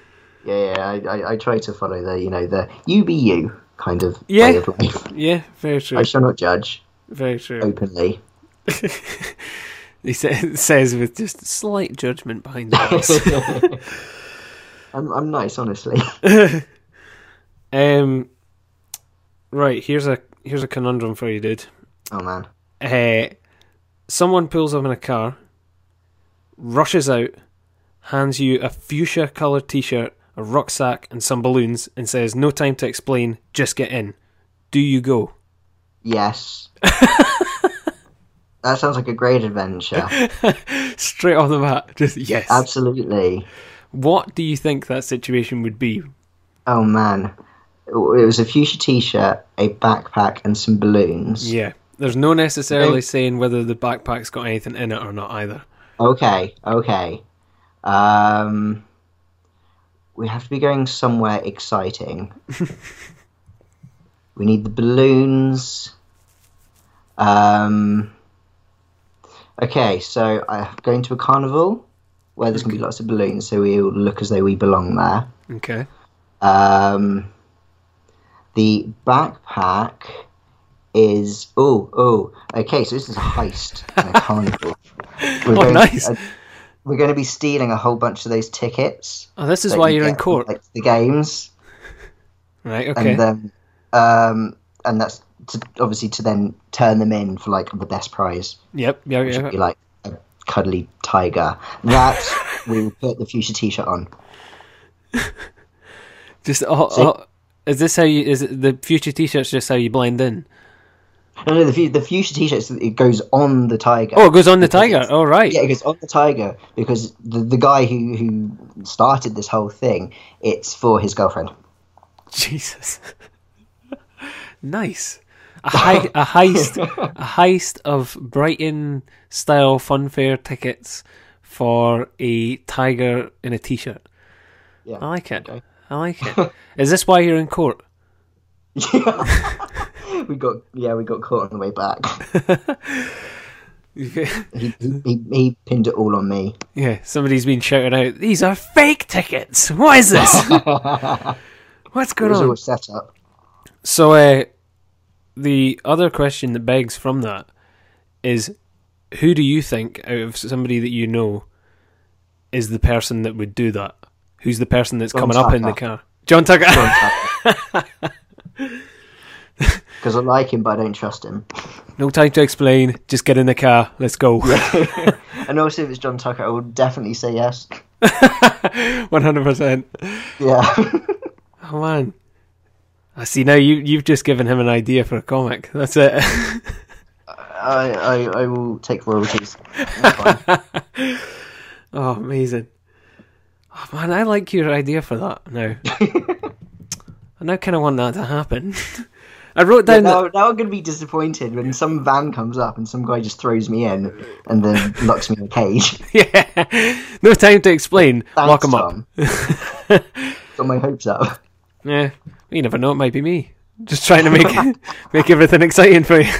Speaker 2: yeah, yeah. I, I, I try to follow the you know the you be you kind of
Speaker 1: Yeah.
Speaker 2: way of life.
Speaker 1: yeah, very true.
Speaker 2: I shall not judge
Speaker 1: Very true.
Speaker 2: openly.
Speaker 1: He sa- says with just slight judgment behind the eyes.
Speaker 2: I'm I'm nice, honestly.
Speaker 1: um, right, here's a here's a conundrum for you, dude.
Speaker 2: oh man.
Speaker 1: Uh, someone pulls up in a car, rushes out, hands you a fuchsia coloured t shirt, a rucksack, and some balloons, and says, No time to explain, just get in. Do you go?
Speaker 2: Yes. that sounds like a great adventure.
Speaker 1: Straight off the bat, just yes.
Speaker 2: Absolutely.
Speaker 1: what do you think that situation would be?
Speaker 2: Oh man. It was a fuchsia t-shirt, a backpack, and some balloons.
Speaker 1: Yeah. There's no necessarily
Speaker 2: Okay.
Speaker 1: saying whether the backpack's got anything in it or not either.
Speaker 2: Okay, okay. Um, we have to be going somewhere exciting. we need the balloons. Um, okay, so I'm going to a carnival where there's going to be lots of balloons, so we all look as though we belong there.
Speaker 1: Okay.
Speaker 2: Um, the backpack is oh oh okay. So this is a heist and a carnival. We're
Speaker 1: Oh, nice.
Speaker 2: uh, we're going to be stealing a whole bunch of those tickets.
Speaker 1: Oh, this is
Speaker 2: that
Speaker 1: why
Speaker 2: you
Speaker 1: you're in
Speaker 2: get from,
Speaker 1: court.
Speaker 2: like, the games,
Speaker 1: Right,
Speaker 2: and
Speaker 1: okay.
Speaker 2: then um, and that's to, obviously to then turn them in for like the best prize,
Speaker 1: Yep, yeah,
Speaker 2: which
Speaker 1: yeah.
Speaker 2: would be like a cuddly tiger. That we will put the fuchsia t-shirt on.
Speaker 1: Just oh,
Speaker 2: See?
Speaker 1: oh, is this how you is it, the future t-shirts just how you blend in?
Speaker 2: No, no, the, fu- the fuchsia t-shirt it goes on the tiger.
Speaker 1: Oh, it goes on the
Speaker 2: Because
Speaker 1: tiger.
Speaker 2: it's-
Speaker 1: All right.
Speaker 2: Yeah, because on the tiger, because the, the guy who who started this whole thing, it's for his girlfriend.
Speaker 1: Jesus. nice. A, hei- a heist, a heist of Brighton style funfair tickets for a tiger in a t-shirt.
Speaker 2: Yeah.
Speaker 1: I like it.
Speaker 2: Okay.
Speaker 1: I like it. Is this why you're in court?
Speaker 2: we got yeah, we got caught on the way back.
Speaker 1: yeah,
Speaker 2: He, he, he, he pinned it all on me.
Speaker 1: somebody's been shouting out, "These are fake tickets. What is this? What's
Speaker 2: It
Speaker 1: going
Speaker 2: was
Speaker 1: on?"
Speaker 2: all set up.
Speaker 1: So, uh, the other question that begs from that is who do you think, out of somebody that you know, is the person that would do that? Who's the person that's
Speaker 2: John
Speaker 1: coming up in the
Speaker 2: Tucker.
Speaker 1: car? John Tucker.
Speaker 2: Because I like him, but I don't trust him.
Speaker 1: no time to explain. Just get in the car. Let's go.
Speaker 2: And also, if it's John Tucker, I would definitely say yes.
Speaker 1: 100%.
Speaker 2: Yeah,
Speaker 1: Oh, man. I see now you, you've just given him an idea for a comic. That's it.
Speaker 2: I, I I will take royalties. That's fine.
Speaker 1: Oh, amazing. Oh, man, I like your idea for that now. I now kind of want that to happen. I wrote
Speaker 2: Yeah,
Speaker 1: down
Speaker 2: now, now I'm going to be disappointed when some van comes up and some guy just throws me in and then locks me in a cage.
Speaker 1: that. Yeah. No time to explain. Lock 'em
Speaker 2: Thanks,
Speaker 1: up.
Speaker 2: Tom. Got my hopes up.
Speaker 1: Yeah. You never know, it might be me. Just trying to make make everything exciting for you.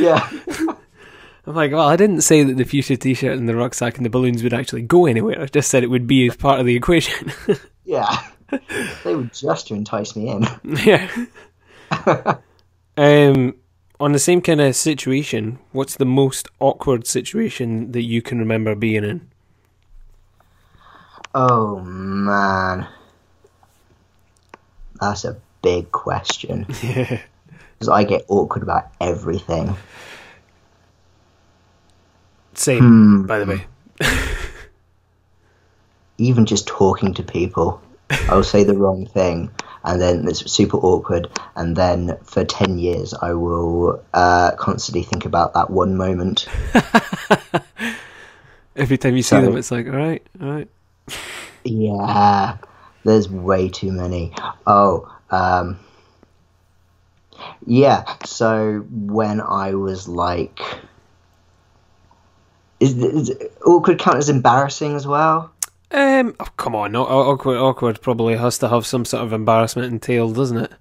Speaker 2: yeah.
Speaker 1: I'm like, well, I didn't say that the future t shirt and the rucksack and the balloons would actually go anywhere. I just said it would be as part of the equation.
Speaker 2: Yeah. They were just to entice me in.
Speaker 1: Yeah. um, on the same kind of situation, what's the most awkward situation that you can remember being in?
Speaker 2: Oh, man. That's a big question. Because I get awkward about everything.
Speaker 1: Same, by the way.
Speaker 2: Even just talking to people. I'll say the wrong thing, and then it's super awkward. And then for 10 years, I will uh, constantly think about that one moment.
Speaker 1: Every time you see them, it's like, all right, all right.
Speaker 2: Yeah, there's way too many. Oh, um, yeah. So when I was like Is, is awkward count as embarrassing as well?
Speaker 1: Um, oh, come on, aw- aw- awkward, awkward probably has to have some sort of embarrassment entailed, doesn't it?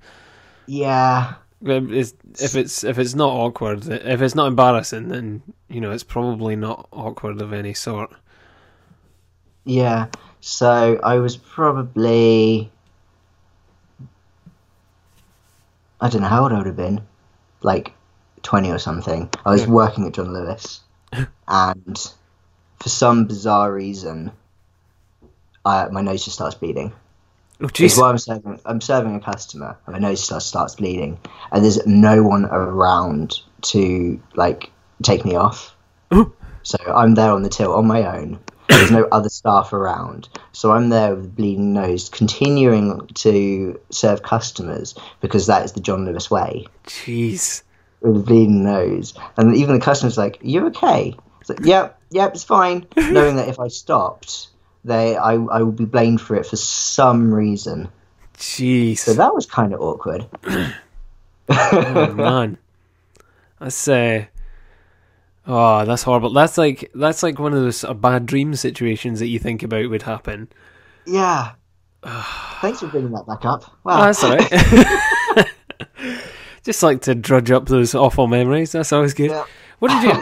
Speaker 2: Yeah.
Speaker 1: Um, it's- if it's if it's not awkward, if it's not embarrassing, then you know it's probably not awkward of any sort.
Speaker 2: Yeah. So I was probably I don't know how old I would have been. Like twenty or something. I was
Speaker 1: Yeah.
Speaker 2: working at John Lewis and for some bizarre reason I, my nose just starts bleeding.
Speaker 1: Oh,
Speaker 2: It's
Speaker 1: jeez.
Speaker 2: why I'm serving I'm serving a customer and my nose starts starts bleeding and there's no one around to like take me off. So I'm there on the till on my own. There's no other staff around. So I'm there with a bleeding nose, continuing to serve customers because that is the John Lewis way
Speaker 1: Jeez.
Speaker 2: with a bleeding nose. And even the customer's like, you okay? It's like, yep, yep, it's fine. Knowing that if I stopped, they I, I would be blamed for it for some reason. So
Speaker 1: Jeez.
Speaker 2: that was kind of awkward.
Speaker 1: Oh, man. That's uh Oh, that's horrible. That's like that's like one of those sort of bad dream situations that you think about would happen.
Speaker 2: Yeah. Thanks for bringing that back up. Wow.
Speaker 1: Oh, that's alright. Just like to drudge up those awful memories. That's always good.
Speaker 2: Yeah.
Speaker 1: What did you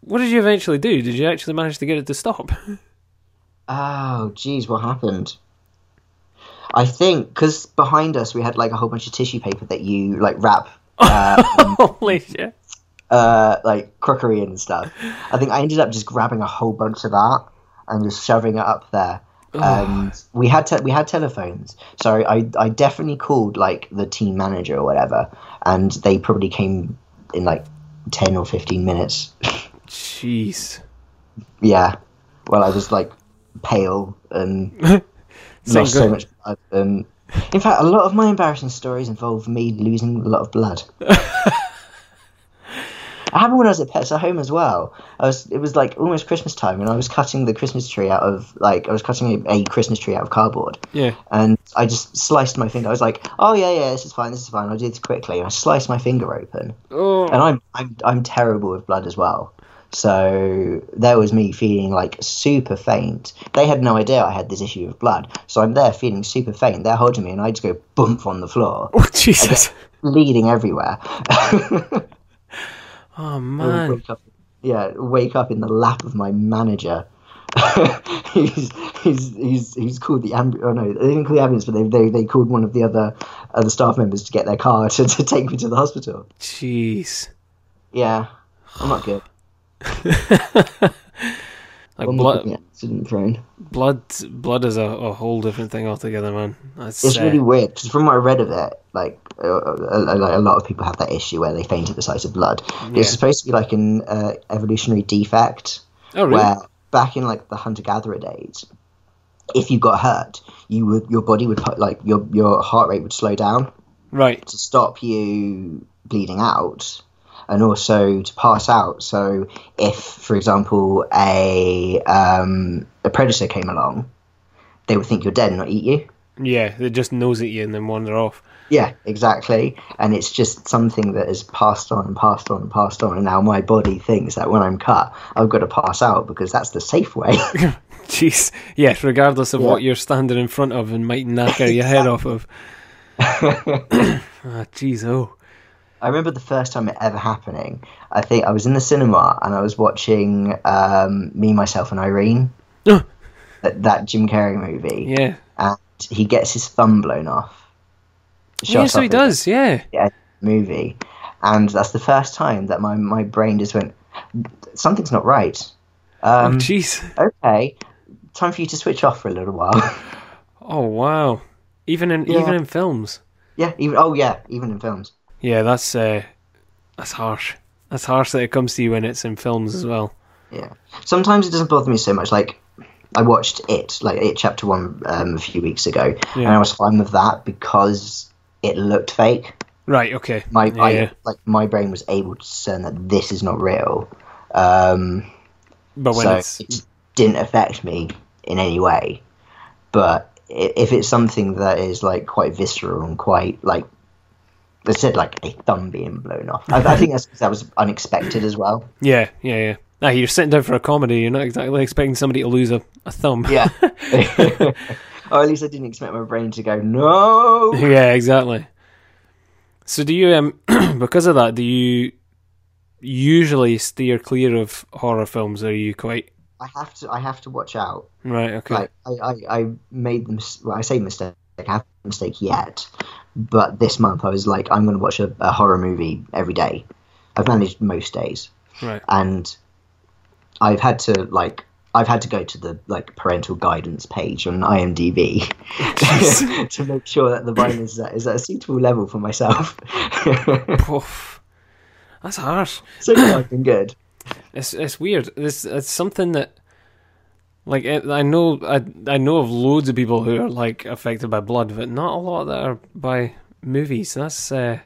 Speaker 1: What did you eventually do? Did you actually manage to get it to stop?
Speaker 2: Oh, geez, what happened? I think because behind us we had like a whole bunch of tissue paper that you like wrap, uh,
Speaker 1: Holy shit!
Speaker 2: uh, like crockery in and stuff. I think I ended up just grabbing a whole bunch of that and just shoving it up there. Um, we had te- we had telephones, so I I definitely called like the team manager or whatever, and they probably came in like ten or fifteen minutes.
Speaker 1: Jeez.
Speaker 2: Yeah. Well, I was like pale and
Speaker 1: So
Speaker 2: lost so
Speaker 1: good.
Speaker 2: much blood. And in fact, a lot of my embarrassing stories involve me losing a lot of blood. I happened when I was at Pets at Home as well. I was it was like almost Christmas time, and I was cutting the Christmas tree out of like I was cutting a, a Christmas tree out of cardboard,
Speaker 1: Yeah.
Speaker 2: and I just sliced my finger. I was like, "Oh yeah, yeah, this is fine, this is fine. I'll do this quickly." And I sliced my finger open, and
Speaker 1: Oh.
Speaker 2: I'm I'm I'm terrible with blood as well. So there was me feeling like super faint. They had no idea I had this issue with blood. So I'm there feeling super faint. They're holding me, and I just go bump on the floor,
Speaker 1: Oh Jesus.
Speaker 2: bleeding everywhere.
Speaker 1: Oh man.
Speaker 2: wake up, yeah, wake up in the lap of my manager. he's, he's he's he's called the ambulance. Oh no, they didn't call the ambulance, but they they, they called one of the other other staff members to get their car to, to take me to the hospital.
Speaker 1: Jeez.
Speaker 2: Yeah, I'm not good.
Speaker 1: Like
Speaker 2: I'm
Speaker 1: blood,
Speaker 2: not good at accident prone.
Speaker 1: blood, blood is a, a whole different thing altogether, man. That's
Speaker 2: It's
Speaker 1: uh,
Speaker 2: really weird because from what I read of it, like uh, uh, like a lot of people have that issue where they faint at the sight of blood.
Speaker 1: Yeah.
Speaker 2: It's supposed to be like an uh, evolutionary defect
Speaker 1: oh really?
Speaker 2: where back in like the hunter gatherer days, if you got hurt, you would your body would pu- like your your heart rate would slow down
Speaker 1: Right.
Speaker 2: to stop you bleeding out and also to pass out. So if, for example, a um, a predator came along, they would think you're dead and not eat you.
Speaker 1: Yeah, they just nose at you and then wander off.
Speaker 2: Yeah, exactly. And it's just something that is passed on and passed on and passed on. And now my body thinks that when I'm cut, I've got to pass out because that's the safe way.
Speaker 1: Jeez. Yeah, regardless of
Speaker 2: Yeah.
Speaker 1: what you're standing in front of and might knock out your head off of. Ah, jeez, oh.
Speaker 2: I remember the first time it ever happening. I think I was in the cinema and I was watching um, Me, Myself, and Irene,
Speaker 1: Oh,
Speaker 2: that, that Jim Carrey movie.
Speaker 1: yeah.
Speaker 2: And he gets his thumb blown off.
Speaker 1: Yeah,
Speaker 2: Shot
Speaker 1: so he
Speaker 2: off in
Speaker 1: does, yeah.
Speaker 2: the Movie. And that's the first time that my, my brain just went, something's not right.
Speaker 1: Oh,
Speaker 2: Um,
Speaker 1: jeez.
Speaker 2: okay, time for you to switch off for a little while.
Speaker 1: Oh, wow. Even in
Speaker 2: Yeah.
Speaker 1: even in films.
Speaker 2: yeah, even oh yeah, even in films.
Speaker 1: Yeah, that's uh, that's harsh. That's harsh that it comes to you when it's in films as well.
Speaker 2: Yeah, sometimes it doesn't bother me so much. Like I watched it, like it chapter one, um, a few weeks ago, and I was fine with that because it looked fake.
Speaker 1: Right, okay.
Speaker 2: My
Speaker 1: Yeah.
Speaker 2: I, like my brain was able to discern that this is not real, um,
Speaker 1: But when
Speaker 2: so
Speaker 1: it's
Speaker 2: it didn't affect me in any way. But i- if it's something that is like quite visceral and quite like I said, like a thumb being blown off, I, I think that's 'cause that was unexpected as well.
Speaker 1: Yeah, yeah, yeah. Now you're sitting down for a comedy. You're not exactly expecting somebody to lose a, a thumb.
Speaker 2: Yeah. or at least I didn't expect my brain to go, no.
Speaker 1: yeah, exactly. So do you um because of that do you usually steer clear of horror films? Are you quite
Speaker 2: I have to. I have to watch out.
Speaker 1: right? Okay.
Speaker 2: Like I, I, I made the mis- well, I say mistake. I haven't made a mistake yet, but this month I was like, I'm going to watch a, a horror movie every day. I've managed most days,
Speaker 1: Right.
Speaker 2: and I've had to like. I've had to go to the like parental guidance page on IMDb to make sure that the wine is at, is at a suitable level for myself.
Speaker 1: Oof. That's harsh.
Speaker 2: so far, I've been good.
Speaker 1: It's it's weird. It's it's something that like it, I know I I know of loads of people who are like affected by blood, but not a lot that are by movies. That's uh,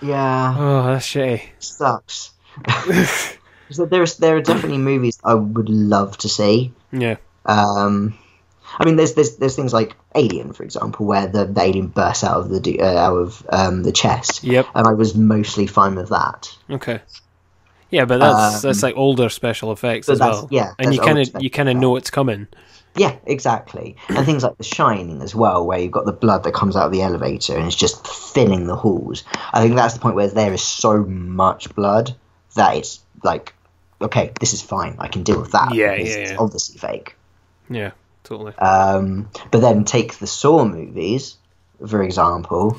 Speaker 2: Yeah,
Speaker 1: oh that's shitty.
Speaker 2: sucks. so there's there are definitely movies I would love to see,
Speaker 1: Yeah.
Speaker 2: Um, I mean, there's, there's there's things like Alien, for example, where the, the alien bursts out of the du- uh, out of um, the chest,
Speaker 1: Yep.
Speaker 2: and I was mostly fine with that.
Speaker 1: Okay. Yeah, but that's
Speaker 2: Um,
Speaker 1: that's like older special effects
Speaker 2: but
Speaker 1: as
Speaker 2: that's-
Speaker 1: well.
Speaker 2: yeah,
Speaker 1: and
Speaker 2: that's
Speaker 1: you
Speaker 2: older
Speaker 1: kind of
Speaker 2: special
Speaker 1: you kind of know it's coming.
Speaker 2: Yeah, exactly. And things like The Shining as well, where you've got the blood that comes out of the elevator and it's just filling the halls. I think that's the point where there is so much blood that it's like, okay, this is fine. I can deal with that.
Speaker 1: Yeah,
Speaker 2: because
Speaker 1: yeah,
Speaker 2: It's
Speaker 1: yeah.
Speaker 2: obviously fake.
Speaker 1: Yeah, totally.
Speaker 2: Um, but then take the Saw movies, for example.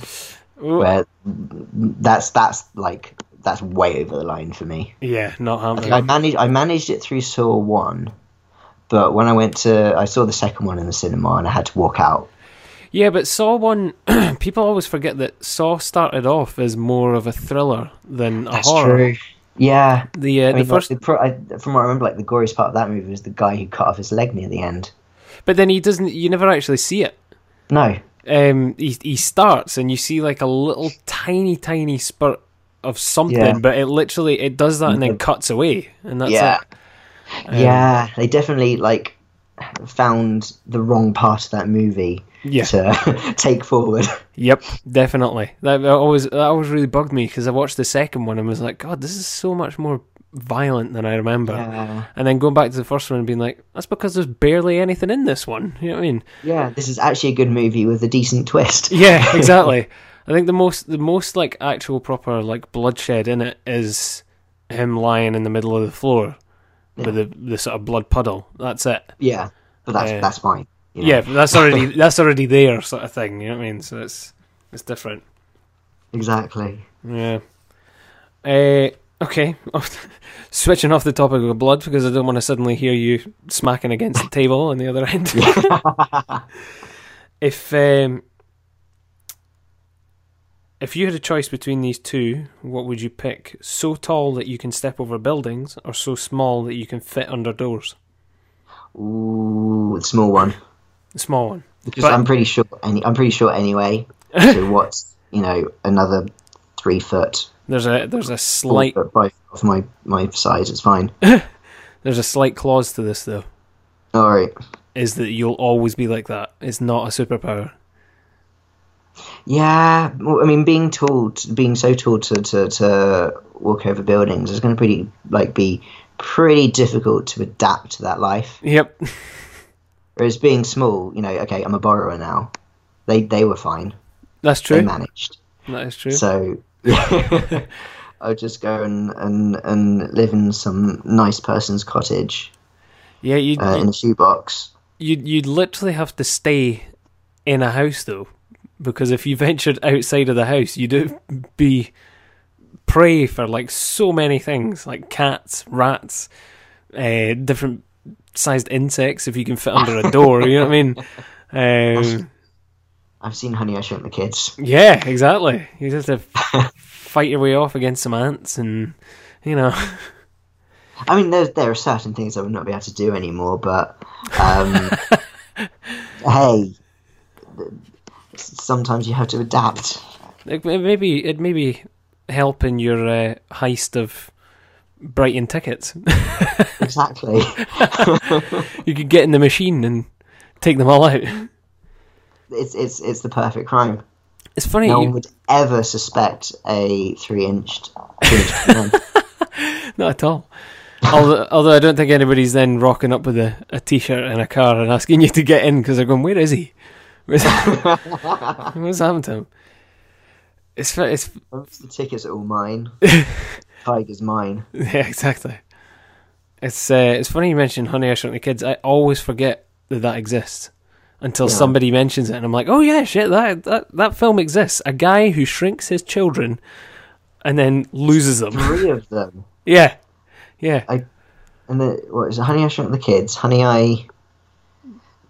Speaker 1: Ooh,
Speaker 2: where that's that's like that's way over the line for me.
Speaker 1: yeah, not
Speaker 2: Like,
Speaker 1: happening.
Speaker 2: I managed I managed it through Saw one, but when I went to I saw the second one in the cinema and I had to walk out.
Speaker 1: Yeah, but Saw one. people always forget that Saw started off as more of a thriller than a horror.
Speaker 2: Yeah,
Speaker 1: The uh,
Speaker 2: I mean,
Speaker 1: the first,
Speaker 2: like, the pro- I, from what I remember, like the goriest part of that movie was the guy who cut off his leg near the end.
Speaker 1: but then he doesn't. You never actually see it.
Speaker 2: No,
Speaker 1: Um, he he starts and you see like a little tiny tiny spurt of something,
Speaker 2: Yeah. Mm-hmm.
Speaker 1: but it literally it does that and then cuts away, and that's
Speaker 2: yeah,
Speaker 1: it.
Speaker 2: yeah, they definitely like found the wrong part of that movie
Speaker 1: Yeah.
Speaker 2: to take forward.
Speaker 1: Yep, definitely. That that always that always really bugged me because I watched the second one and was like, God, this is so much more violent than I remember.
Speaker 2: Yeah.
Speaker 1: And then going back to the first one and being like, that's because there's barely anything in this one. You know what I mean?
Speaker 2: yeah, this is actually a good movie with a decent twist.
Speaker 1: Yeah, exactly. I think the most the most like actual proper like bloodshed in it is him lying in the middle of the floor with the the sort of blood puddle. That's it.
Speaker 2: Yeah, but that's
Speaker 1: Yeah.
Speaker 2: that's fine. you know.
Speaker 1: Yeah, but that's already that's already there sort of thing. You know what I mean? So it's it's different.
Speaker 2: exactly.
Speaker 1: Yeah. Uh, okay. Switching off the topic of blood because I don't want to suddenly hear you smacking against the table on the other end. if um, if you had a choice between these two, what would you pick? So tall that you can step over buildings, or so small that you can fit under doors?
Speaker 2: Ooh, the small one.
Speaker 1: The small one.
Speaker 2: Because
Speaker 1: But-
Speaker 2: I'm pretty sure. Any, I'm pretty sure anyway. So what's you know another three foot,
Speaker 1: There's a there's a
Speaker 2: four
Speaker 1: slight
Speaker 2: foot, five foot of my my size. It's fine.
Speaker 1: there's a slight clause to this though.
Speaker 2: All right.
Speaker 1: Is that you'll always be like that? It's not a superpower.
Speaker 2: Yeah, well, I mean, being tall, t- being so tall to, to, to walk over buildings is going to pretty like be pretty difficult to adapt to that life.
Speaker 1: Yep.
Speaker 2: Whereas being small, you know, okay, I'm a borrower now. They they were fine.
Speaker 1: That's
Speaker 2: They
Speaker 1: true.
Speaker 2: managed.
Speaker 1: That is true.
Speaker 2: So yeah, I'll just go and, and and live in some nice person's cottage
Speaker 1: Yeah, you
Speaker 2: uh, in a shoebox.
Speaker 1: you'd you'd literally have to stay in a house though, because if you ventured outside of the house, you'd be prey for like so many things, like cats, rats, uh, different sized insects. If you can fit under a door, you know what I mean. Um,
Speaker 2: I've seen Honey I Shrunk the Kids.
Speaker 1: yeah, exactly. You just have to fight your way off against some ants, and you know,
Speaker 2: I mean, there there are certain things I would not be able to do anymore, but um, hey, th- sometimes you have to adapt.
Speaker 1: it, it maybe it maybe help in your uh, heist of Brighton tickets.
Speaker 2: Exactly.
Speaker 1: You could get in the machine and take them all out.
Speaker 2: it's it's it's the perfect crime.
Speaker 1: It's funny.
Speaker 2: No
Speaker 1: you-
Speaker 2: one would ever suspect a three inched. three-inched man.
Speaker 1: not at all. although, although I don't think anybody's then rocking up with a, a t-shirt and a car and asking you to get in because they're going, where is he? Where's, what's happened to him? It's fa- it's
Speaker 2: the tickets are all mine. Tiger's mine.
Speaker 1: yeah exactly. It's uh, it's funny you mentioned Honey I Shrunk the Kids. I always forget that that exists until
Speaker 2: Yeah.
Speaker 1: somebody mentions it, and I'm like, oh yeah, shit, that that that film exists. A guy who shrinks his children and then loses them.
Speaker 2: Three of them.
Speaker 1: yeah,
Speaker 2: Oh,
Speaker 1: yeah.
Speaker 2: And the what is it? Honey, I Shrunk the Kids. Honey, I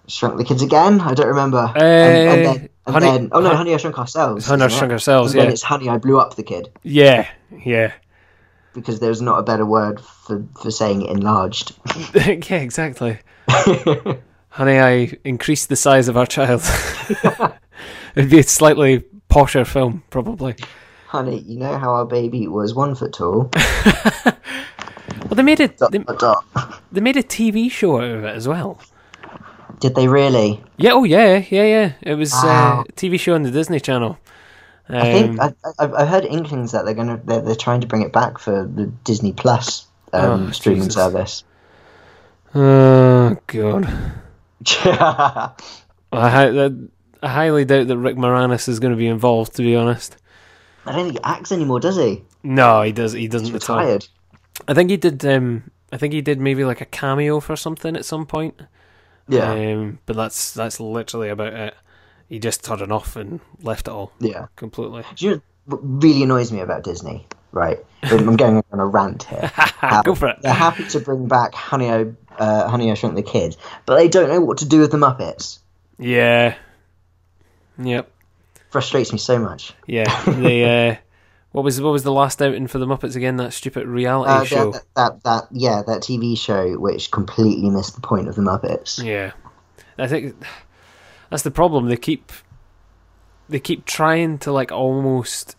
Speaker 2: Shrunk the Kids again. I don't remember. and, and
Speaker 1: Uh,
Speaker 2: then, and
Speaker 1: Honey-
Speaker 2: then, oh no,
Speaker 1: Hon-
Speaker 2: Honey, I Shrunk Ourselves.
Speaker 1: Honey I
Speaker 2: isn't it?
Speaker 1: Shrunk Ourselves,
Speaker 2: And then
Speaker 1: yeah.
Speaker 2: it's Honey, I blew up the kid
Speaker 1: Yeah, yeah,
Speaker 2: because there's not a better word for for saying enlarged.
Speaker 1: yeah, exactly. Honey, I increased the size of our child. It'd be a slightly posher film, probably.
Speaker 2: Honey, you know how our baby was one foot tall.
Speaker 1: Well, they made a
Speaker 2: Dot,
Speaker 1: they,
Speaker 2: dot, dot.
Speaker 1: they made a TV show out of it as well.
Speaker 2: Did they really?
Speaker 1: Yeah, oh yeah, yeah, yeah. It was uh,
Speaker 2: Wow.
Speaker 1: a TV show on the Disney Channel. Um,
Speaker 2: I think I, I, I heard inklings that they're gonna they're, they're trying to bring it back for the Disney Plus um,
Speaker 1: Oh,
Speaker 2: streaming
Speaker 1: Jesus.
Speaker 2: service.
Speaker 1: oh god,
Speaker 2: yeah,
Speaker 1: I, hi- that- I highly doubt that Rick Moranis is going to be involved. To be honest,
Speaker 2: I don't think he acts anymore, does he?
Speaker 1: no, he does. He doesn't
Speaker 2: He's
Speaker 1: at all.
Speaker 2: retired.
Speaker 1: I think he did. Um, I think he did maybe like a cameo for something at some point.
Speaker 2: Yeah,
Speaker 1: Um, but that's that's literally about it. He just turned it off and left it all
Speaker 2: yeah.
Speaker 1: completely.
Speaker 2: Do you know what really annoys me about Disney? Right, I'm I'm going on a rant here.
Speaker 1: Ha, Go for it.
Speaker 2: They're happy to bring back Honey I uh, Honey I Shrunk the Kid, but they don't know what to do with the Muppets.
Speaker 1: Yeah. Yep.
Speaker 2: Frustrates me so much.
Speaker 1: Yeah. The uh, what was what was the last outing for the Muppets again? That stupid reality
Speaker 2: Uh,
Speaker 1: show.
Speaker 2: that, that, that that yeah, that TV show which completely missed the point of the Muppets.
Speaker 1: Yeah, I think that's the problem. They keep they keep trying to like almost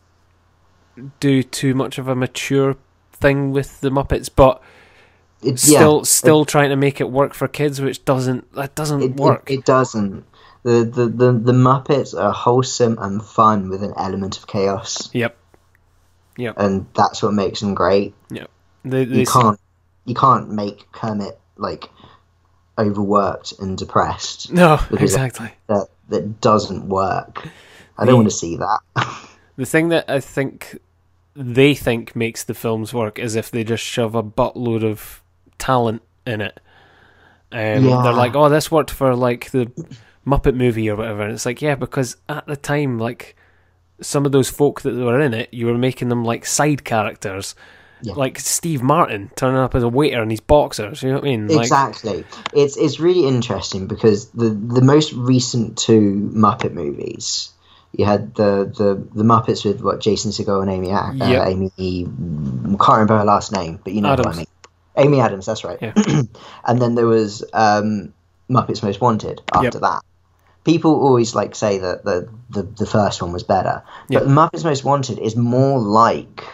Speaker 1: do too much of a mature thing with the Muppets, but
Speaker 2: It's yeah.
Speaker 1: still still trying to make it work for kids, which doesn't that doesn't
Speaker 2: it, it-
Speaker 1: work.
Speaker 2: It, doesn't. The, the, the, the Muppets are wholesome and fun with an element of chaos,
Speaker 1: yep,
Speaker 2: and that's what makes them great.
Speaker 1: they,
Speaker 2: You
Speaker 1: they,
Speaker 2: can't you can't make Kermit like overworked and depressed.
Speaker 1: no
Speaker 2: it.
Speaker 1: exactly.
Speaker 2: That that doesn't work. I don't
Speaker 1: The-
Speaker 2: want to see that.
Speaker 1: The thing that I think they think makes the films work is if they just shove a buttload of talent in it. Um,
Speaker 2: Yeah.
Speaker 1: They're like, oh, this worked for like the Muppet movie or whatever. And it's like, yeah, because at the time, like some of those folk that were in it, you were making them like side characters.
Speaker 2: Yeah.
Speaker 1: Like Steve Martin turning up as a waiter and he's boxers. You know what I mean? Like,
Speaker 2: Exactly. It's it's really interesting because the the most recent two Muppet movies, you had the the, the Muppets with what Jason Segel and Amy A-
Speaker 1: Yep.
Speaker 2: uh, Amy can't remember her last name, but you know what
Speaker 1: Adams.
Speaker 2: I mean. Amy Adams, that's right.
Speaker 1: Yeah.
Speaker 2: and then there was um, Muppets Most Wanted after
Speaker 1: Yep.
Speaker 2: that. People always like say that the the, the first one was better,
Speaker 1: Yep.
Speaker 2: but Muppets Most Wanted is more like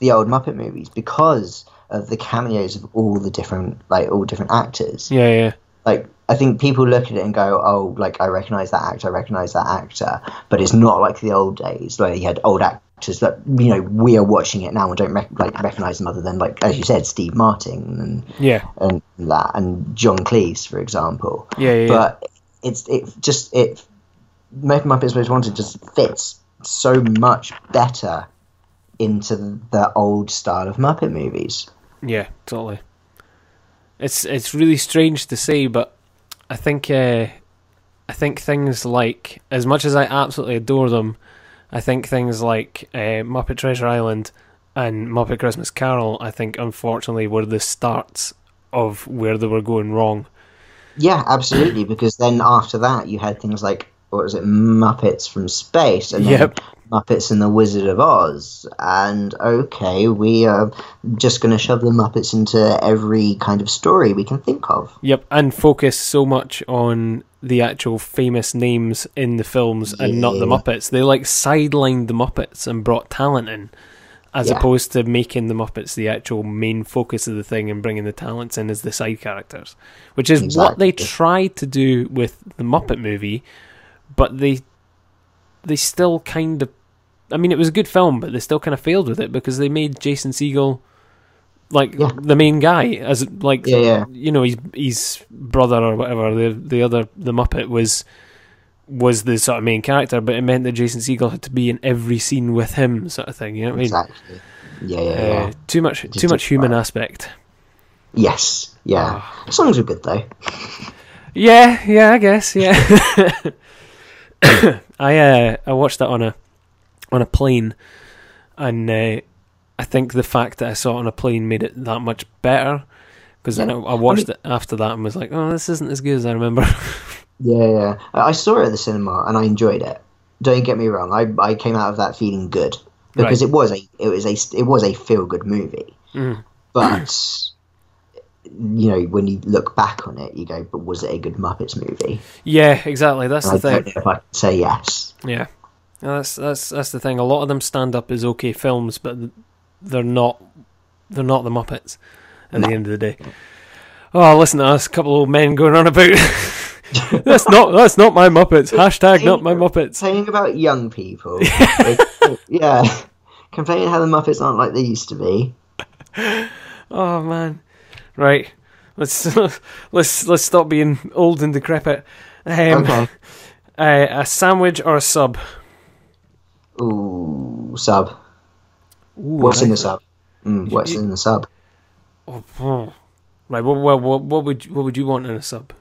Speaker 2: the old Muppet movies because of the cameos of all the different like all different actors.
Speaker 1: yeah, yeah.
Speaker 2: Like I think people look at it and go, "Oh, like I recognize that actor, I recognize that actor," but it's not like the old days where you had old actors that you know we are watching it now and don't rec- like recognize them other than like as you said, Steve Martin
Speaker 1: Yeah.
Speaker 2: and, and that and John Cleese, for example.
Speaker 1: Yeah, yeah, yeah.
Speaker 2: But it's it just it Make Muppets Most Wanted just fits so much better into the old style of Muppet movies.
Speaker 1: Yeah, totally. It's it's really strange to say, but I think uh, I think things like as much as I absolutely adore them, I think things like uh, Muppet Treasure Island and Muppet Christmas Carol, I think unfortunately were the starts of where they were going wrong.
Speaker 2: Yeah, absolutely. Because then after that, you had things like what was it, Muppets from Space, and then
Speaker 1: Yep.
Speaker 2: Muppets and the Wizard of Oz. And okay, we are just going to shove the Muppets into every kind of story we can think of.
Speaker 1: Yep, and focus so much on the actual famous names in the films and not the
Speaker 2: Yeah.
Speaker 1: Muppets. They like sidelined the Muppets and brought talent in, as
Speaker 2: Yeah.
Speaker 1: opposed to making the Muppets the actual main focus of the thing and bringing the talents in as the side characters, which is what they
Speaker 2: Exactly.
Speaker 1: tried to do with the Muppet movie, but they they still kind of. I mean, it was a good film, but they still kind of failed with it because they made Jason Segel like
Speaker 2: Yeah.
Speaker 1: the main guy as like
Speaker 2: Yeah, yeah.
Speaker 1: you know his his brother or whatever the the other the Muppet was was the sort of main character, but it meant that Jason Segel had to be in every scene with him, sort of thing. You know what I mean?
Speaker 2: Exactly. Yeah, yeah,
Speaker 1: Uh,
Speaker 2: yeah.
Speaker 1: Too much
Speaker 2: Just
Speaker 1: too much
Speaker 2: took
Speaker 1: human
Speaker 2: that.
Speaker 1: aspect.
Speaker 2: Yes, yeah.
Speaker 1: uh,
Speaker 2: Songs were good though.
Speaker 1: Yeah, yeah, I guess, yeah. I uh, I watched that on a on a plane, and uh, I think the fact that I saw it on a plane made it that much better because then I, I watched it after that and was like, oh, this isn't as good as I remember.
Speaker 2: Yeah, yeah. I I saw it at the cinema and I enjoyed it. Don't get me wrong. I, I came out of that feeling good because
Speaker 1: Right.
Speaker 2: it was a it was a it was a feel good movie.
Speaker 1: Mm.
Speaker 2: But you know, when you look back on it, you go, "But was it a good Muppets movie?"
Speaker 1: yeah, exactly. That's
Speaker 2: And I
Speaker 1: the
Speaker 2: don't
Speaker 1: thing.
Speaker 2: know if I could say yes.
Speaker 1: Yeah, No, that's that's that's the thing. A lot of them stand up as okay films, but they're not they're not the Muppets. At the end of the day, oh, listen to us, a couple of old men going on about. that's not that's not my Muppets. Hashtag not my Muppets.
Speaker 2: Saying about young people, like, yeah, complaining how the Muppets aren't like they used to be.
Speaker 1: Oh man, right. Let's let's let's stop being old and decrepit. Um,
Speaker 2: Okay,
Speaker 1: uh, a sandwich or a sub?
Speaker 2: ooh, sub. What's in the sub? Mm, what's in the sub?
Speaker 1: Oh, right. Well, well, what, what would you, what would you want in a sub?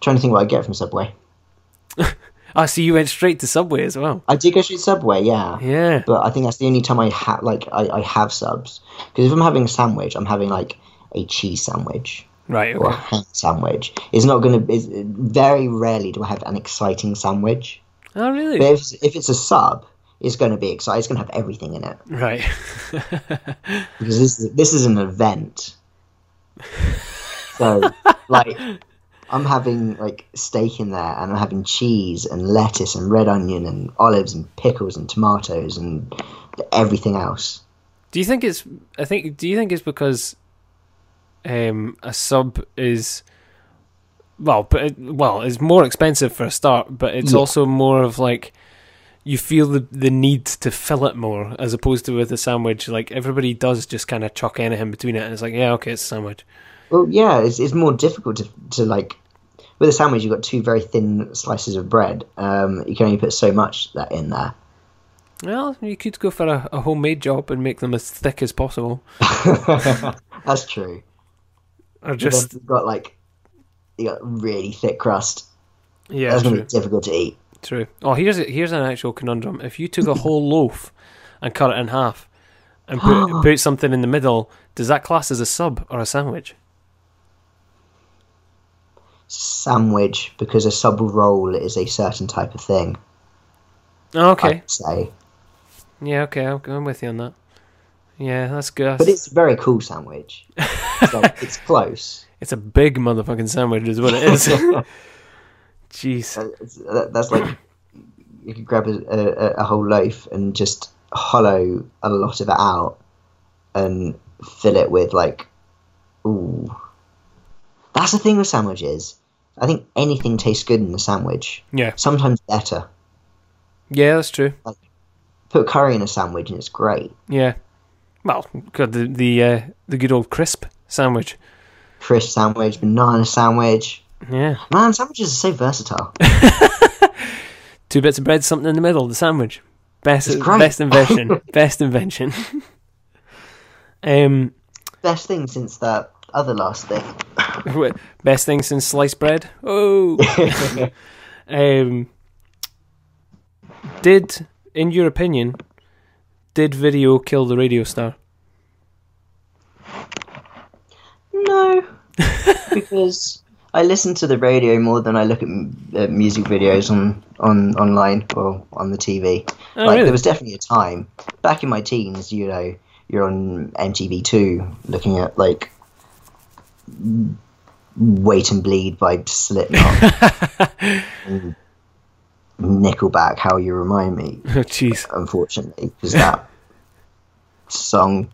Speaker 2: trying to think what I get from Subway.
Speaker 1: I Ah, see you went straight to Subway as well.
Speaker 2: I did go straight to Subway, yeah.
Speaker 1: Yeah.
Speaker 2: But I think that's the only time I have like I, I have subs because if I'm having a sandwich, I'm having like a cheese sandwich
Speaker 1: Right.
Speaker 2: or a
Speaker 1: Okay.
Speaker 2: ham sandwich. It's not going to. Very rarely do I have an exciting sandwich.
Speaker 1: Oh,
Speaker 2: But
Speaker 1: really?
Speaker 2: if it's, if it's a sub, it's going to be exciting. It's going to have everything in it
Speaker 1: Right.
Speaker 2: because this is, this is an event. So like. I'm having like steak in there, and I'm having cheese and lettuce and red onion and olives and pickles and tomatoes and everything else.
Speaker 1: Do you think it's? I think. Do you think it's because, um, a sub is, well, but it, well, it's more expensive for a start, but it's
Speaker 2: Yeah.
Speaker 1: also more of like, you feel the the need to fill it more as opposed to with a sandwich. Like everybody does, just kind of chuck anything between it, and it's like, yeah, okay, it's a sandwich.
Speaker 2: Well, yeah, it's, it's more difficult to, to like with a sandwich. You've got two very thin slices of bread. Um, you can only put so much that in there.
Speaker 1: Well, you could go for a, a homemade job and make them as thick as possible,
Speaker 2: That's true.
Speaker 1: or
Speaker 2: But then
Speaker 1: just
Speaker 2: you've got like you got really thick crust.
Speaker 1: yeah,
Speaker 2: That's going to
Speaker 1: true.
Speaker 2: be difficult to eat.
Speaker 1: True. Oh, here's a, here's an actual conundrum. If you took a whole loaf and cut it in half and put, put something in the middle, does that class as a sub or a sandwich?
Speaker 2: Sandwich because a sub roll is a certain type of thing.
Speaker 1: Oh, okay.
Speaker 2: I'd say,
Speaker 1: Yeah. Okay. I'm, I'm with you on that. Yeah, that's good.
Speaker 2: but it's a very cool sandwich. It's, like, it's close.
Speaker 1: It's a big motherfucking sandwich, is what it is. Jeez.
Speaker 2: It's- that- That's like you could grab a, a, a whole loaf and just hollow a lot of it out and fill it with like, ooh. That's the thing with sandwiches. I think anything tastes good in a sandwich.
Speaker 1: Yeah.
Speaker 2: Sometimes better.
Speaker 1: Yeah, that's true.
Speaker 2: Put curry in a sandwich and it's great.
Speaker 1: Yeah. Well, good the the uh, the good old crisp sandwich.
Speaker 2: Crisp sandwich, banana sandwich.
Speaker 1: Yeah.
Speaker 2: Man, sandwiches are so versatile.
Speaker 1: Two bits of bread, something in the middle, the sandwich. Best
Speaker 2: It's great.
Speaker 1: best invention. best invention. um
Speaker 2: Best thing since that other last thing.
Speaker 1: Wait, Best thing since sliced bread. Oh. um, did, in your opinion, did video kill the radio star?
Speaker 2: No, because I listen to the radio more than I look at m- uh, music videos on, on online or on the TV.
Speaker 1: Oh,
Speaker 2: like
Speaker 1: really?
Speaker 2: there was definitely a time back in my teens, you know, you're on MTV Two looking at like m- "Wait and Bleed" by Slipknot, and Nickelback, "How You Remind Me."
Speaker 1: Oh, jeez.
Speaker 2: unfortunately, because that song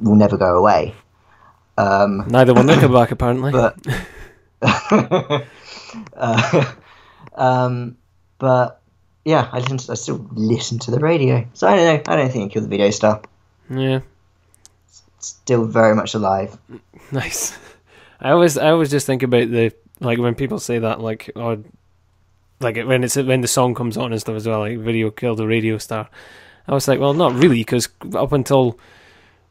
Speaker 2: will never go away. Um,
Speaker 1: Neither will Nickelback, apparently.
Speaker 2: but uh, um, but yeah, I listen. To, I still listen to the radio, so I don't know. I don't think it killed the video star.
Speaker 1: yeah.
Speaker 2: still very much alive.
Speaker 1: Nice. I always I always just think about the like when people say that like or like when it's when the song comes on and stuff as well like video killed a radio star. I was like, well, not really, because up until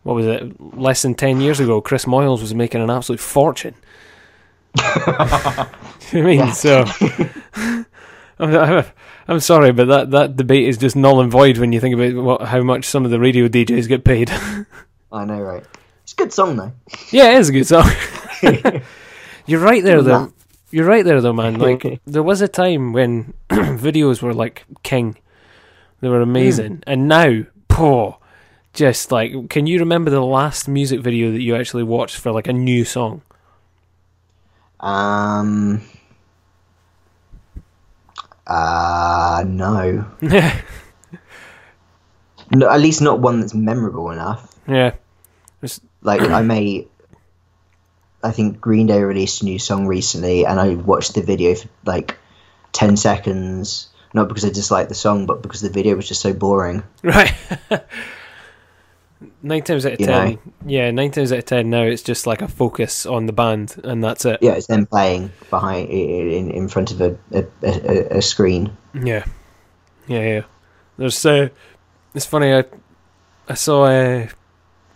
Speaker 1: what was it less than ten years ago, Chris Moyles was making an absolute fortune. you know what I mean,
Speaker 2: Yeah.
Speaker 1: so I'm, I'm, I'm sorry, but that, that debate is just null and void when you think about what, how much some of the radio DJs get paid.
Speaker 2: I know, right? It's a good song though.
Speaker 1: Yeah, it is a good song. You're right there, though. You're right there, though, man. Like there was a time when videos were like king; they were amazing, and now, poor, just like, can you remember the last music video that you actually watched for like a new song?
Speaker 2: Um. Uh, no.
Speaker 1: yeah,
Speaker 2: no. At least not one that's memorable enough.
Speaker 1: yeah,
Speaker 2: Like, I may. I think Green Day released a new song recently, and I watched the video for like 10 seconds. Not because I disliked the song, but because the video was just so boring.
Speaker 1: right. nine times out of
Speaker 2: You
Speaker 1: ten,
Speaker 2: know.
Speaker 1: yeah, nine times out of ten. Now it's just like a focus on the band, and that's it.
Speaker 2: Yeah, it's them playing behind i- i- in, in front of a, a, a, a screen.
Speaker 1: Yeah, yeah, yeah. There's uh, it's funny. I I saw uh,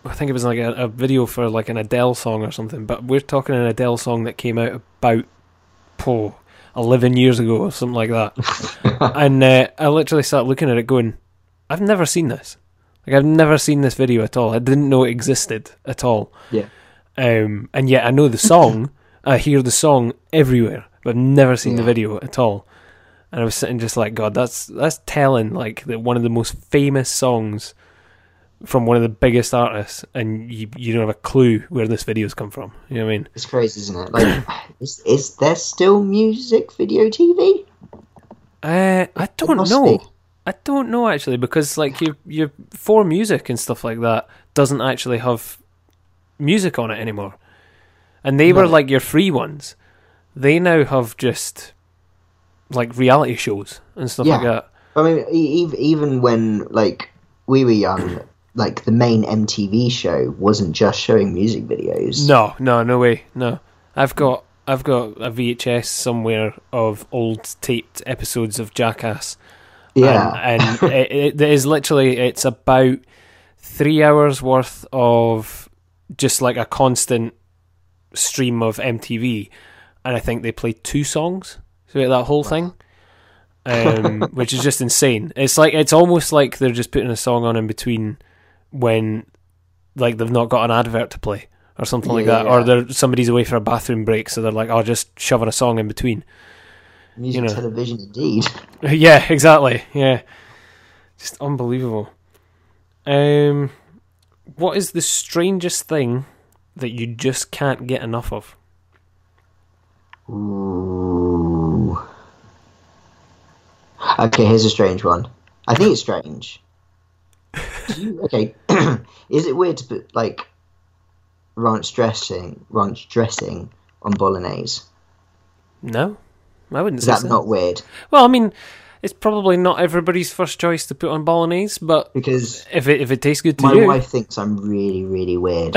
Speaker 1: I think it was like a, a video for like an Adele song or something. But we're talking an Adele song that came out about oh, 11 years ago or something like that. and uh, I literally sat looking at it, going, "I've never seen this. Like I've never seen this video at all. I didn't know it existed at all.
Speaker 2: Yeah.
Speaker 1: Um, and yet I know the song. I hear the song everywhere, but I've never seen the
Speaker 2: Yeah.
Speaker 1: video at all. And I was sitting just like, God, that's that's telling. Like that one of the most famous songs from one of the biggest artists, and you you don't have a clue where this video's come from. You know what I mean?
Speaker 2: It's crazy, isn't it? Like, is, is there still music video TV?
Speaker 1: Uh, I don't
Speaker 2: must
Speaker 1: know.
Speaker 2: be.
Speaker 1: I don't know actually because like your your for music and stuff like that doesn't actually have music on it anymore, and they were
Speaker 2: Right.
Speaker 1: like your free ones. They now have just like reality shows and stuff like
Speaker 2: Yeah.
Speaker 1: that.
Speaker 2: I mean, e- ev- even when like we were young, like the main MTV show wasn't just showing music videos.
Speaker 1: No, no, no way, no. I've got I've got a VHS somewhere of old taped episodes of Jackass.
Speaker 2: yeah,
Speaker 1: and, uh, and it, it, it is literally it's about three hours worth of just like a constant stream of MTV, and I think they played two songs throughout that whole thing, um, which is just insane. It's like it's almost like they're just putting a song on in between when like they've not got an advert to play or something like that, or
Speaker 2: Yeah.
Speaker 1: they're somebody's away for a bathroom break, so they're like, "Oh, just shoving a song in between."
Speaker 2: music
Speaker 1: you know.
Speaker 2: television indeed.
Speaker 1: Yeah, exactly. Yeah. Just unbelievable. Um what is the strangest thing that you just can't get enough of?
Speaker 2: Ooh. Okay, here's a strange one. I think it's strange. Do you- okay, is it weird to put like ranch dressing, ranch dressing on bolognese?
Speaker 1: No? I wouldn't
Speaker 2: Is
Speaker 1: say
Speaker 2: that
Speaker 1: so.
Speaker 2: not weird?
Speaker 1: Well, I mean, it's probably not everybody's first choice to put on bolognese, but
Speaker 2: Because
Speaker 1: if it if it tastes good to
Speaker 2: my
Speaker 1: you,
Speaker 2: wife thinks I'm really, really weird.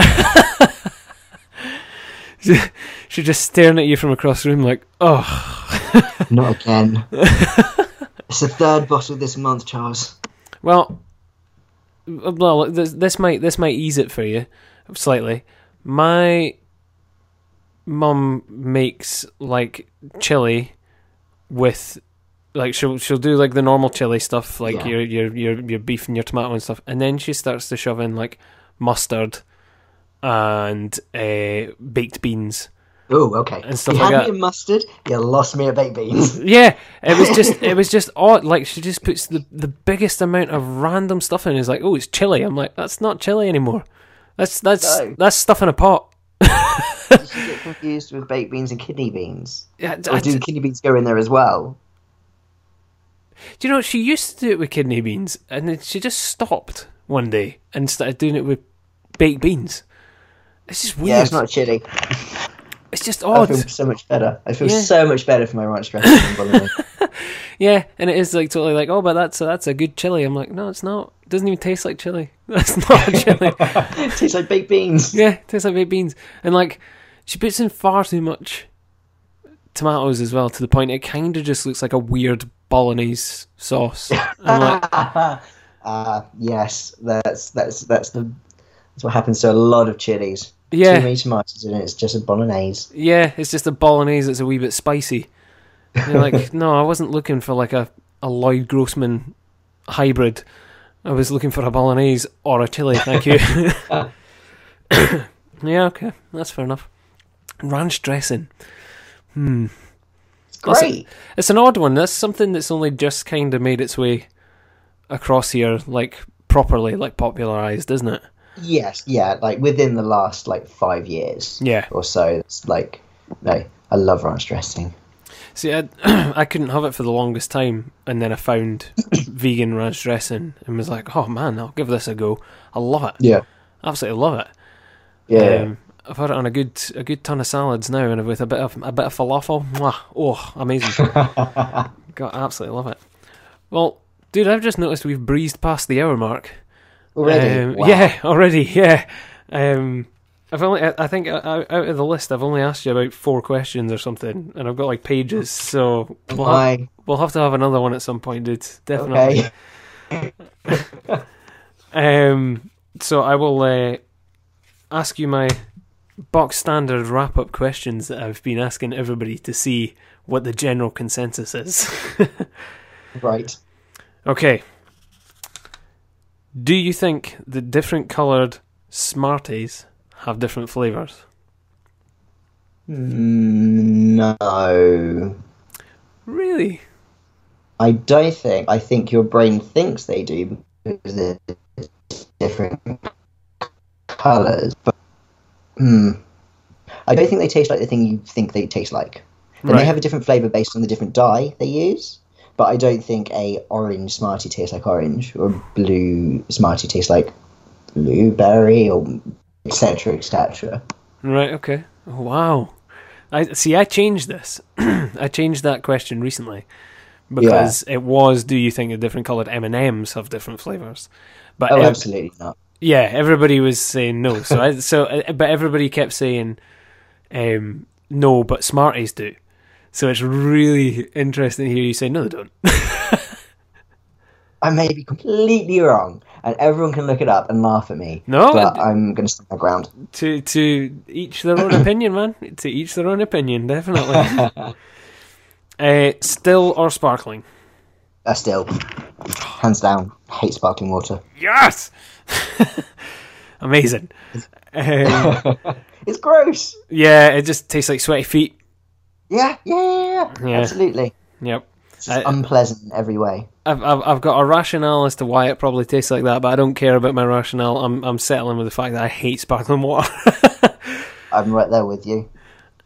Speaker 1: she's just staring at you from across the room like, "Oh,
Speaker 2: Not again. it's the third bottle this month, Charles.
Speaker 1: well, well, this, this might this might ease it for you slightly. My mum makes like chili with like she'll she'll do like the normal chili stuff, like
Speaker 2: Yeah.
Speaker 1: your your your your beef and your tomato and stuff, and then she starts to shove in like mustard and uh, baked beans.
Speaker 2: Oh, okay.
Speaker 1: And stuff
Speaker 2: you
Speaker 1: like
Speaker 2: had
Speaker 1: that.
Speaker 2: me in mustard. You lost me at baked beans.
Speaker 1: Yeah, it was just it was just odd. Like she just puts the the biggest amount of random stuff in. It's like, oh, it's chili. I'm like, that's not chili anymore. That's that's
Speaker 2: No.
Speaker 1: that's stuff in a pot.
Speaker 2: you should get confused with baked beans and kidney beans.
Speaker 1: Yeah, I-
Speaker 2: Or
Speaker 1: I-
Speaker 2: do kidney beans go in there as well?
Speaker 1: do you know she used to do it with kidney beans, and then she just stopped one day and started doing it with baked beans. It's just weird.
Speaker 2: Yeah, it's not chili.
Speaker 1: It's just
Speaker 2: I
Speaker 1: odd.
Speaker 2: feel so much better. I feel
Speaker 1: Yeah.
Speaker 2: so much better for my ranch dressing. and bolognese.
Speaker 1: Yeah, and it is like totally like, oh, but that's a, that's a good chili. I'm like, no, it's not. doesn't even taste like chili. That's not chili.
Speaker 2: It tastes like baked beans.
Speaker 1: Yeah, it tastes like baked beans. And like, she puts in far too much tomatoes as well, to the point it kind of just looks like a weird bolognese sauce. I'm like,
Speaker 2: Uh, yes, that's that's that's the that's what happens to a lot of chilies.
Speaker 1: Yeah.
Speaker 2: Too many tomatoes in it. It's just a bolognese.
Speaker 1: yeah, it's just a bolognese that's a wee bit spicy. And you're like, no, I wasn't looking for like a, a Lloyd Grossman hybrid. I was looking for a bolognese or a chili, thank you. yeah, okay, that's fair enough. Ranch dressing.
Speaker 2: It's
Speaker 1: That's it.
Speaker 2: great.
Speaker 1: It's an odd one. That's something that's only just kind of made its way across here, like properly, like popularized, isn't it?
Speaker 2: Yes, yeah. Like within the last like five years.
Speaker 1: Yeah.
Speaker 2: Or so. It's like no, I love ranch dressing.
Speaker 1: See, I, I couldn't have it for the longest time, and then I found vegan ranch dressing and was like, oh man, I'll give this a go. I love it.
Speaker 2: Yeah.
Speaker 1: Absolutely love it.
Speaker 2: Yeah.
Speaker 1: Um, I've had it on a good a good ton of salads now, and with a bit of a bit of falafel. Mwah, oh, amazing! God, I absolutely love it. Well, dude, I've just noticed we've breezed past the hour mark.
Speaker 2: Already.
Speaker 1: Um,
Speaker 2: Wow.
Speaker 1: Yeah, already. Yeah. Um, I've only. I I think o- o- out of the list, I've only asked you about four questions or something, and I've got like pages. So we'll have,
Speaker 2: My,
Speaker 1: we'll have to have another one at some point, dude. Definitely.
Speaker 2: okay.
Speaker 1: Um. So I will uh, ask you my box standard wrap up questions that I've been asking everybody to see what the general consensus is.
Speaker 2: Right.
Speaker 1: Okay. Do you think that different coloured Smarties have different flavours?
Speaker 2: Mm, No.
Speaker 1: Really?
Speaker 2: I don't think. I think your brain thinks they do because they're different colours. But hmm, I don't think they taste like the thing you think they taste like. They
Speaker 1: Right.
Speaker 2: may have a different flavour based on the different dye they use. But I don't think a orange Smartie tastes like orange, or a blue Smartie tastes like blueberry, or etc. etc.
Speaker 1: Right, okay. Oh, Wow. I see I changed this. I changed that question recently because it was do you think the different coloured M&Ms have different flavours? But
Speaker 2: Oh,
Speaker 1: ev-
Speaker 2: absolutely not.
Speaker 1: yeah, everybody was saying no. So I so uh, but everybody kept saying um no, but Smarties do. So it's really interesting to hear you say no they don't.
Speaker 2: I may be completely wrong, and everyone can look it up and laugh at me.
Speaker 1: No,
Speaker 2: but
Speaker 1: I-
Speaker 2: I'm going to stand my ground.
Speaker 1: to to each their own opinion, man. To each their own opinion, definitely. uh, still or sparkling?
Speaker 2: Uh, still, hands down, hate sparkling water.
Speaker 1: Yes. Amazing. Um,
Speaker 2: It's gross.
Speaker 1: yeah, it just tastes like sweaty feet.
Speaker 2: Yeah, yeah, yeah, yeah.
Speaker 1: Yeah.
Speaker 2: absolutely.
Speaker 1: Yep.
Speaker 2: It's
Speaker 1: I-
Speaker 2: unpleasant in every way.
Speaker 1: I've, I've I've got a rationale as to why it probably tastes like that, but I don't care about my rationale. I'm I'm settling with the fact that I hate sparkling water.
Speaker 2: I'm right there with you.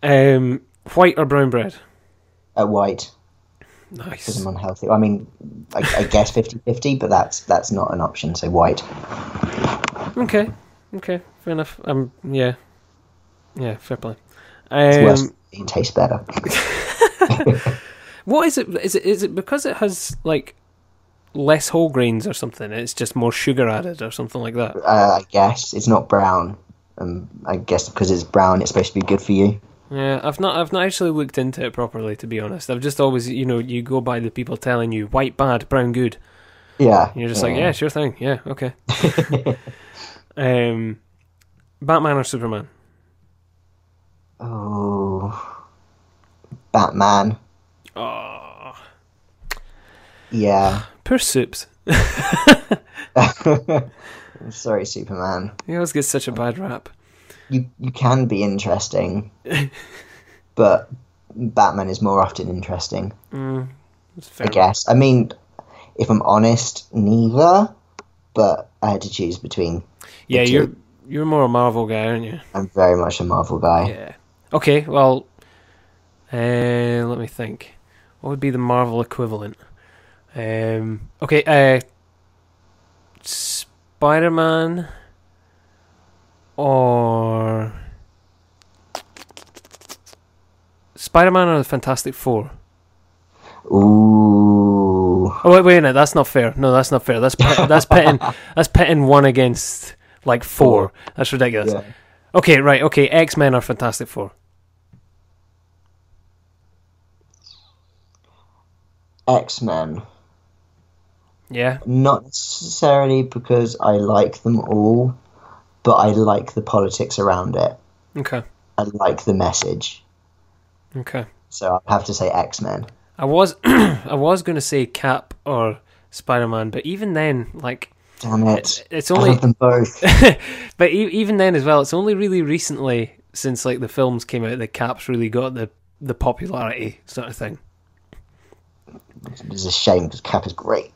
Speaker 1: um, white or brown bread?
Speaker 2: Uh, white because
Speaker 1: Nice.
Speaker 2: I'm unhealthy. I mean, I, I guess 50-50, but that's that's not an option. So white.
Speaker 1: Okay. Okay. Fair enough. Um. Yeah. Yeah. Fair play.
Speaker 2: It's worse.
Speaker 1: Um,
Speaker 2: It tastes better.
Speaker 1: What is it? Is it is it because it has like less whole grains or something? It's just more sugar added or something like that.
Speaker 2: Uh, I guess it's not brown. Um, I guess because it's brown, it's supposed to be good for you.
Speaker 1: Yeah, I've not I've not actually looked into it properly to be honest. I've just always you know you go by the people telling you white bad, brown good.
Speaker 2: Yeah.
Speaker 1: And you're just like yeah, sure thing, yeah, okay. um, Batman or Superman?
Speaker 2: Oh, Batman.
Speaker 1: Oh,
Speaker 2: Yeah.
Speaker 1: poor Supes.
Speaker 2: Sorry, Superman.
Speaker 1: He always gets such a bad rap.
Speaker 2: you you can be interesting, but Batman is more often interesting,
Speaker 1: Mm, It's
Speaker 2: I
Speaker 1: fair.
Speaker 2: guess. I mean, if I'm honest, neither. But I had to choose between.
Speaker 1: Yeah,
Speaker 2: two.
Speaker 1: you're you're more a Marvel guy, aren't you?
Speaker 2: I'm very much a Marvel guy.
Speaker 1: Yeah. Okay, well, uh, let me think. What would be the Marvel equivalent? Um, okay, uh, Spider Man or. Spider Man or the Fantastic Four?
Speaker 2: Ooh, No.
Speaker 1: Oh wait, wait a minute. That's not fair. No, that's not fair. That's pit, that's pitting that's pitting one against like four. That's ridiculous.
Speaker 2: Yeah.
Speaker 1: Okay, right. Okay, X Men are Fantastic Four.
Speaker 2: X Men.
Speaker 1: Yeah.
Speaker 2: Not necessarily because I like them all, but I like the politics around it.
Speaker 1: Okay.
Speaker 2: I like the message.
Speaker 1: Okay.
Speaker 2: So I'd have to say X Men.
Speaker 1: I was I was going to say Cap or Spider Man, but even then, like
Speaker 2: Damn it.
Speaker 1: it's
Speaker 2: I
Speaker 1: only
Speaker 2: love them both.
Speaker 1: but e- even then as well, it's only really recently since like the films came out that Cap's really got the the popularity sort of thing.
Speaker 2: It's a shame because Cap is great.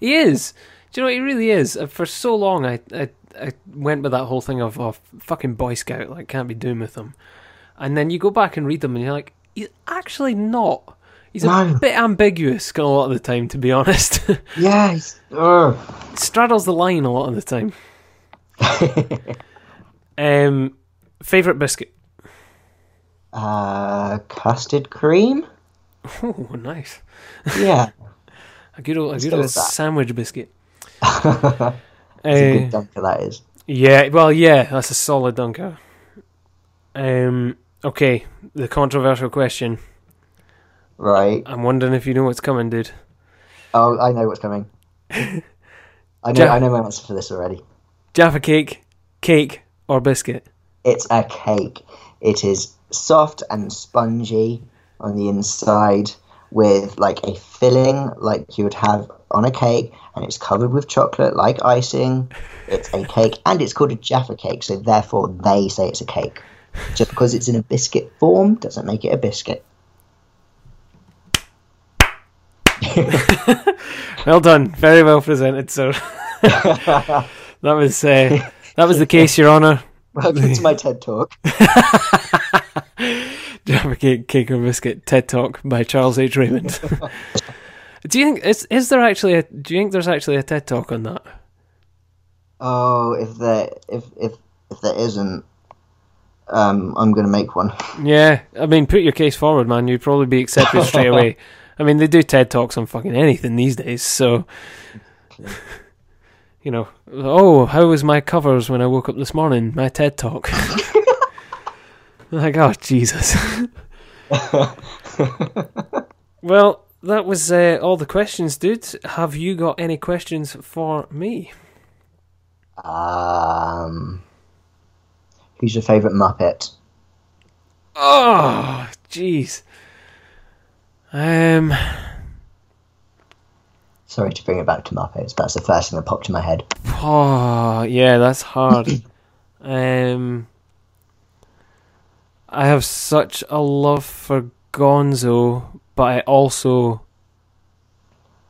Speaker 1: He is. Do you know what he really is? Uh, For so long, I I, I went with that whole thing of, of fucking Boy Scout, like can't be doing with him. And then you go back and read them, and you're like, he's actually not. He's a
Speaker 2: No.
Speaker 1: bit ambiguous a lot of the time, to be honest.
Speaker 2: Yeah. he's- ugh.
Speaker 1: Straddles the line a lot of the time. um, favorite biscuit.
Speaker 2: Uh, custard cream?
Speaker 1: Oh, nice.
Speaker 2: Yeah.
Speaker 1: A good old, a good
Speaker 2: go
Speaker 1: old
Speaker 2: with that.
Speaker 1: sandwich biscuit.
Speaker 2: It's a
Speaker 1: Uh,
Speaker 2: good dunker, that is.
Speaker 1: Yeah, well, yeah, that's a solid dunker. Um, okay, the controversial question.
Speaker 2: Right.
Speaker 1: I'm wondering if you know what's coming, dude.
Speaker 2: Oh, I know what's coming. I know,
Speaker 1: Ja-
Speaker 2: I know my answer for this already.
Speaker 1: Jaffa cake, cake, or biscuit?
Speaker 2: It's a cake. It is soft and spongy on the inside with like a filling like you would have on a cake and it's covered with chocolate like icing. It's a cake and it's called a Jaffa cake, so therefore they say it's a cake. Just because it's in a biscuit form doesn't make it a biscuit.
Speaker 1: Well done, very well presented, sir. that was uh, that was the case, Your Honour.
Speaker 2: Welcome to my TED talk.
Speaker 1: Jaffa cake, cake or biscuit? TED Talk by Charles H Raymond. do you think is is there actually a? Do you think there's actually a TED Talk on that?
Speaker 2: Oh, if there if if if there isn't, um, I'm gonna make one.
Speaker 1: Yeah, I mean, put your case forward, man. You'd probably be accepted straight away. I mean, they do TED talks on fucking anything these days, so you know. Oh, how was my covers when I woke up this morning? My TED talk. like, oh Jesus. well, that was uh, all the questions, dude. Have you got any questions for me?
Speaker 2: Um, who's your favorite Muppet?
Speaker 1: Oh, jeez. Um.
Speaker 2: Sorry to bring it back to Muppets. That's the first thing that popped in my head.
Speaker 1: Oh yeah, that's hard. um, I have such a love for Gonzo, but I also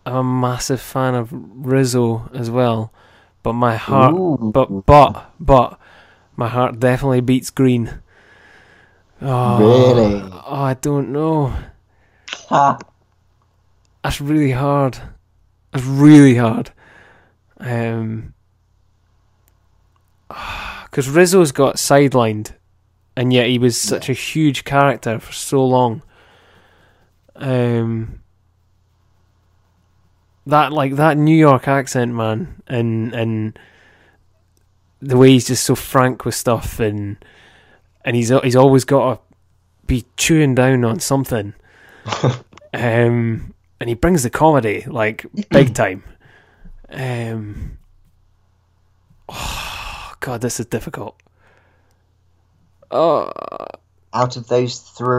Speaker 1: am a massive fan of Rizzo as well. But my heart,
Speaker 2: Ooh.
Speaker 1: but but but my heart definitely beats Green. Oh,
Speaker 2: Really?
Speaker 1: Oh, I don't know.
Speaker 2: Ha!
Speaker 1: That's really hard. That's really hard. Um, because Rizzo's got sidelined, and yet he was such a huge character for so long. Um, that like that New York accent, man, and and the way he's just so frank with stuff, and and he's al- he's always got to be chewing down on something. um, and he brings the comedy like big time. Um, oh God, this is difficult. Oh,
Speaker 2: Out of those three,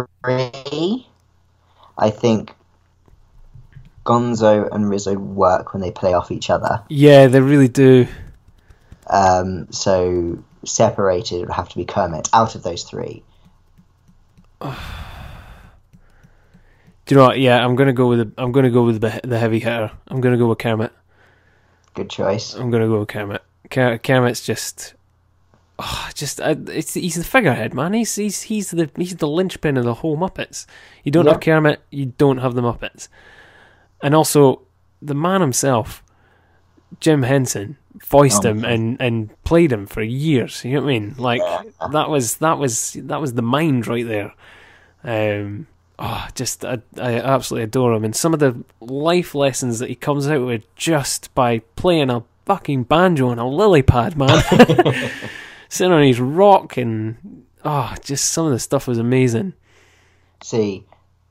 Speaker 2: I think Gonzo and Rizzo work when they play off each other.
Speaker 1: yeah, they really do.
Speaker 2: Um, so separated would have to be Kermit. Out of those three,
Speaker 1: Do you know what? Yeah, I'm gonna go with the, I'm gonna go with the, the heavy hitter. I'm gonna go with Kermit.
Speaker 2: good choice.
Speaker 1: I'm gonna go with Kermit. Ker- Kermit's just, oh, just I, it's he's the figurehead man. He's he's he's the he's the linchpin of the whole Muppets. You don't
Speaker 2: Yeah.
Speaker 1: have Kermit, you don't have the Muppets, and also the man himself, Jim Henson, voiced
Speaker 2: Oh,
Speaker 1: him and and played him for years. You know what I mean? Like that was that was that was the mind right there. Um, oh, just I, I absolutely adore him, and some of the life lessons that he comes out with just by playing a fucking banjo on a lily pad, man. Sitting on his rock and oh, just some of the stuff was amazing.
Speaker 2: See,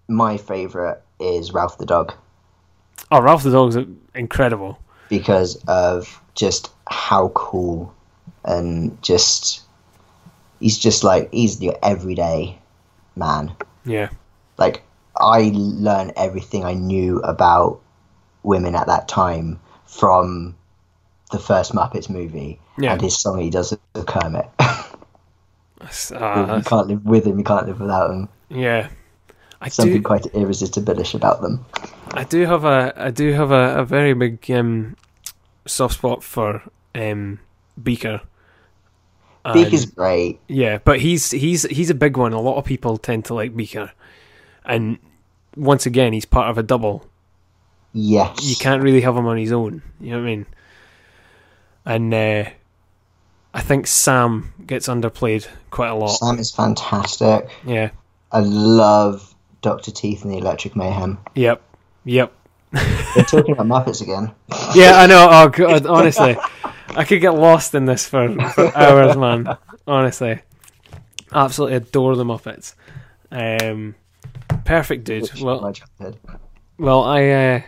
Speaker 2: my favourite is Ralph the dog
Speaker 1: Oh, Ralph the dog's incredible.
Speaker 2: because of just how cool and just he's just like he's your everyday man.
Speaker 1: Yeah,
Speaker 2: Like I learned everything I knew about women at that time from the first Muppets movie
Speaker 1: Yeah.
Speaker 2: and his song he does with Kermit.
Speaker 1: That's-
Speaker 2: you
Speaker 1: ah,
Speaker 2: can't live with him, you can't live without him.
Speaker 1: yeah. I
Speaker 2: Something
Speaker 1: do.
Speaker 2: quite irresistible-ish about them.
Speaker 1: I do have a I do have a, a very big um, soft spot for um, Beaker. And-
Speaker 2: Beaker's great.
Speaker 1: yeah, but he's he's he's a big one. A lot of people tend to like Beaker, and once again, he's part of a double.
Speaker 2: Yes.
Speaker 1: You can't really have him on his own. You know what I mean? And uh, I think Sam gets underplayed quite a lot.
Speaker 2: Sam is fantastic.
Speaker 1: Yeah.
Speaker 2: I love Doctor Teeth and the Electric Mayhem.
Speaker 1: Yep. Yep.
Speaker 2: We're talking about Muppets again.
Speaker 1: Yeah, I know. Oh god, honestly, I could get lost in this for, for hours, man. Honestly, absolutely adore the Muppets. Um, perfect, dude.
Speaker 2: which
Speaker 1: Well,
Speaker 2: my childhood.
Speaker 1: well, I, uh,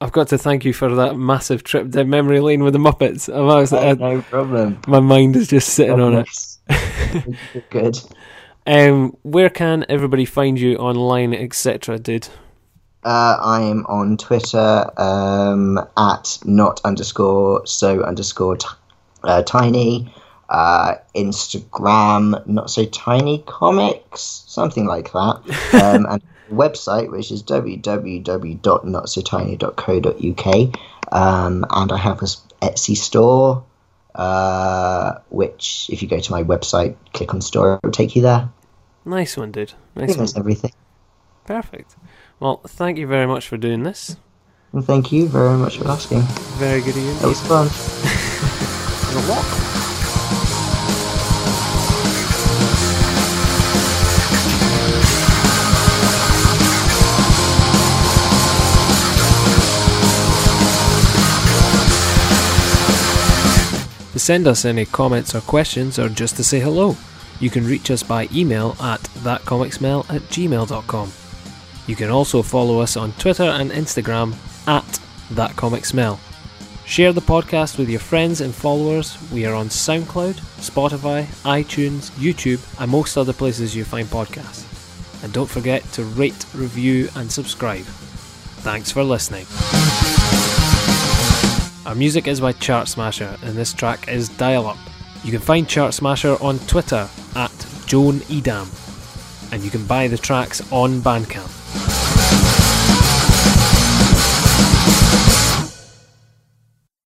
Speaker 1: I've got to thank you for that massive trip down memory lane with the Muppets. I'm absolutely-
Speaker 2: Uh, no problem.
Speaker 1: my mind is just sitting on it.
Speaker 2: it. Good.
Speaker 1: Um, where can everybody find you online, etc., dude?
Speaker 2: Uh, I am on Twitter um, at not underscore so underscore t- uh, tiny. Uh, Instagram not so tiny comics, something like that. Um, and website which is www.notsotiny.co.uk. Um, and I have an Etsy store, uh, which if you go to my website, click on store, it will take you there.
Speaker 1: Nice one, dude.
Speaker 2: I
Speaker 1: Nice
Speaker 2: think
Speaker 1: one.
Speaker 2: that's everything.
Speaker 1: Perfect. Well, thank you very much for doing this.
Speaker 2: And thank you very much for asking.
Speaker 1: Very good of you.
Speaker 2: It was fun.
Speaker 1: To send us any comments or questions or just to say hello, you can reach us by email at thatcomicsmell at gmail.com. You can also follow us on Twitter and Instagram at thatcomicsmell. Share the podcast with your friends and followers. We are on SoundCloud, Spotify, iTunes, YouTube, and most other places you find podcasts. And don't forget to rate, review, and subscribe. Thanks for listening. Our music is by Chart Smasher, and this track is Dial Up. You can find Chart Smasher on Twitter at Joan Edam, and you can buy the tracks on Bandcamp.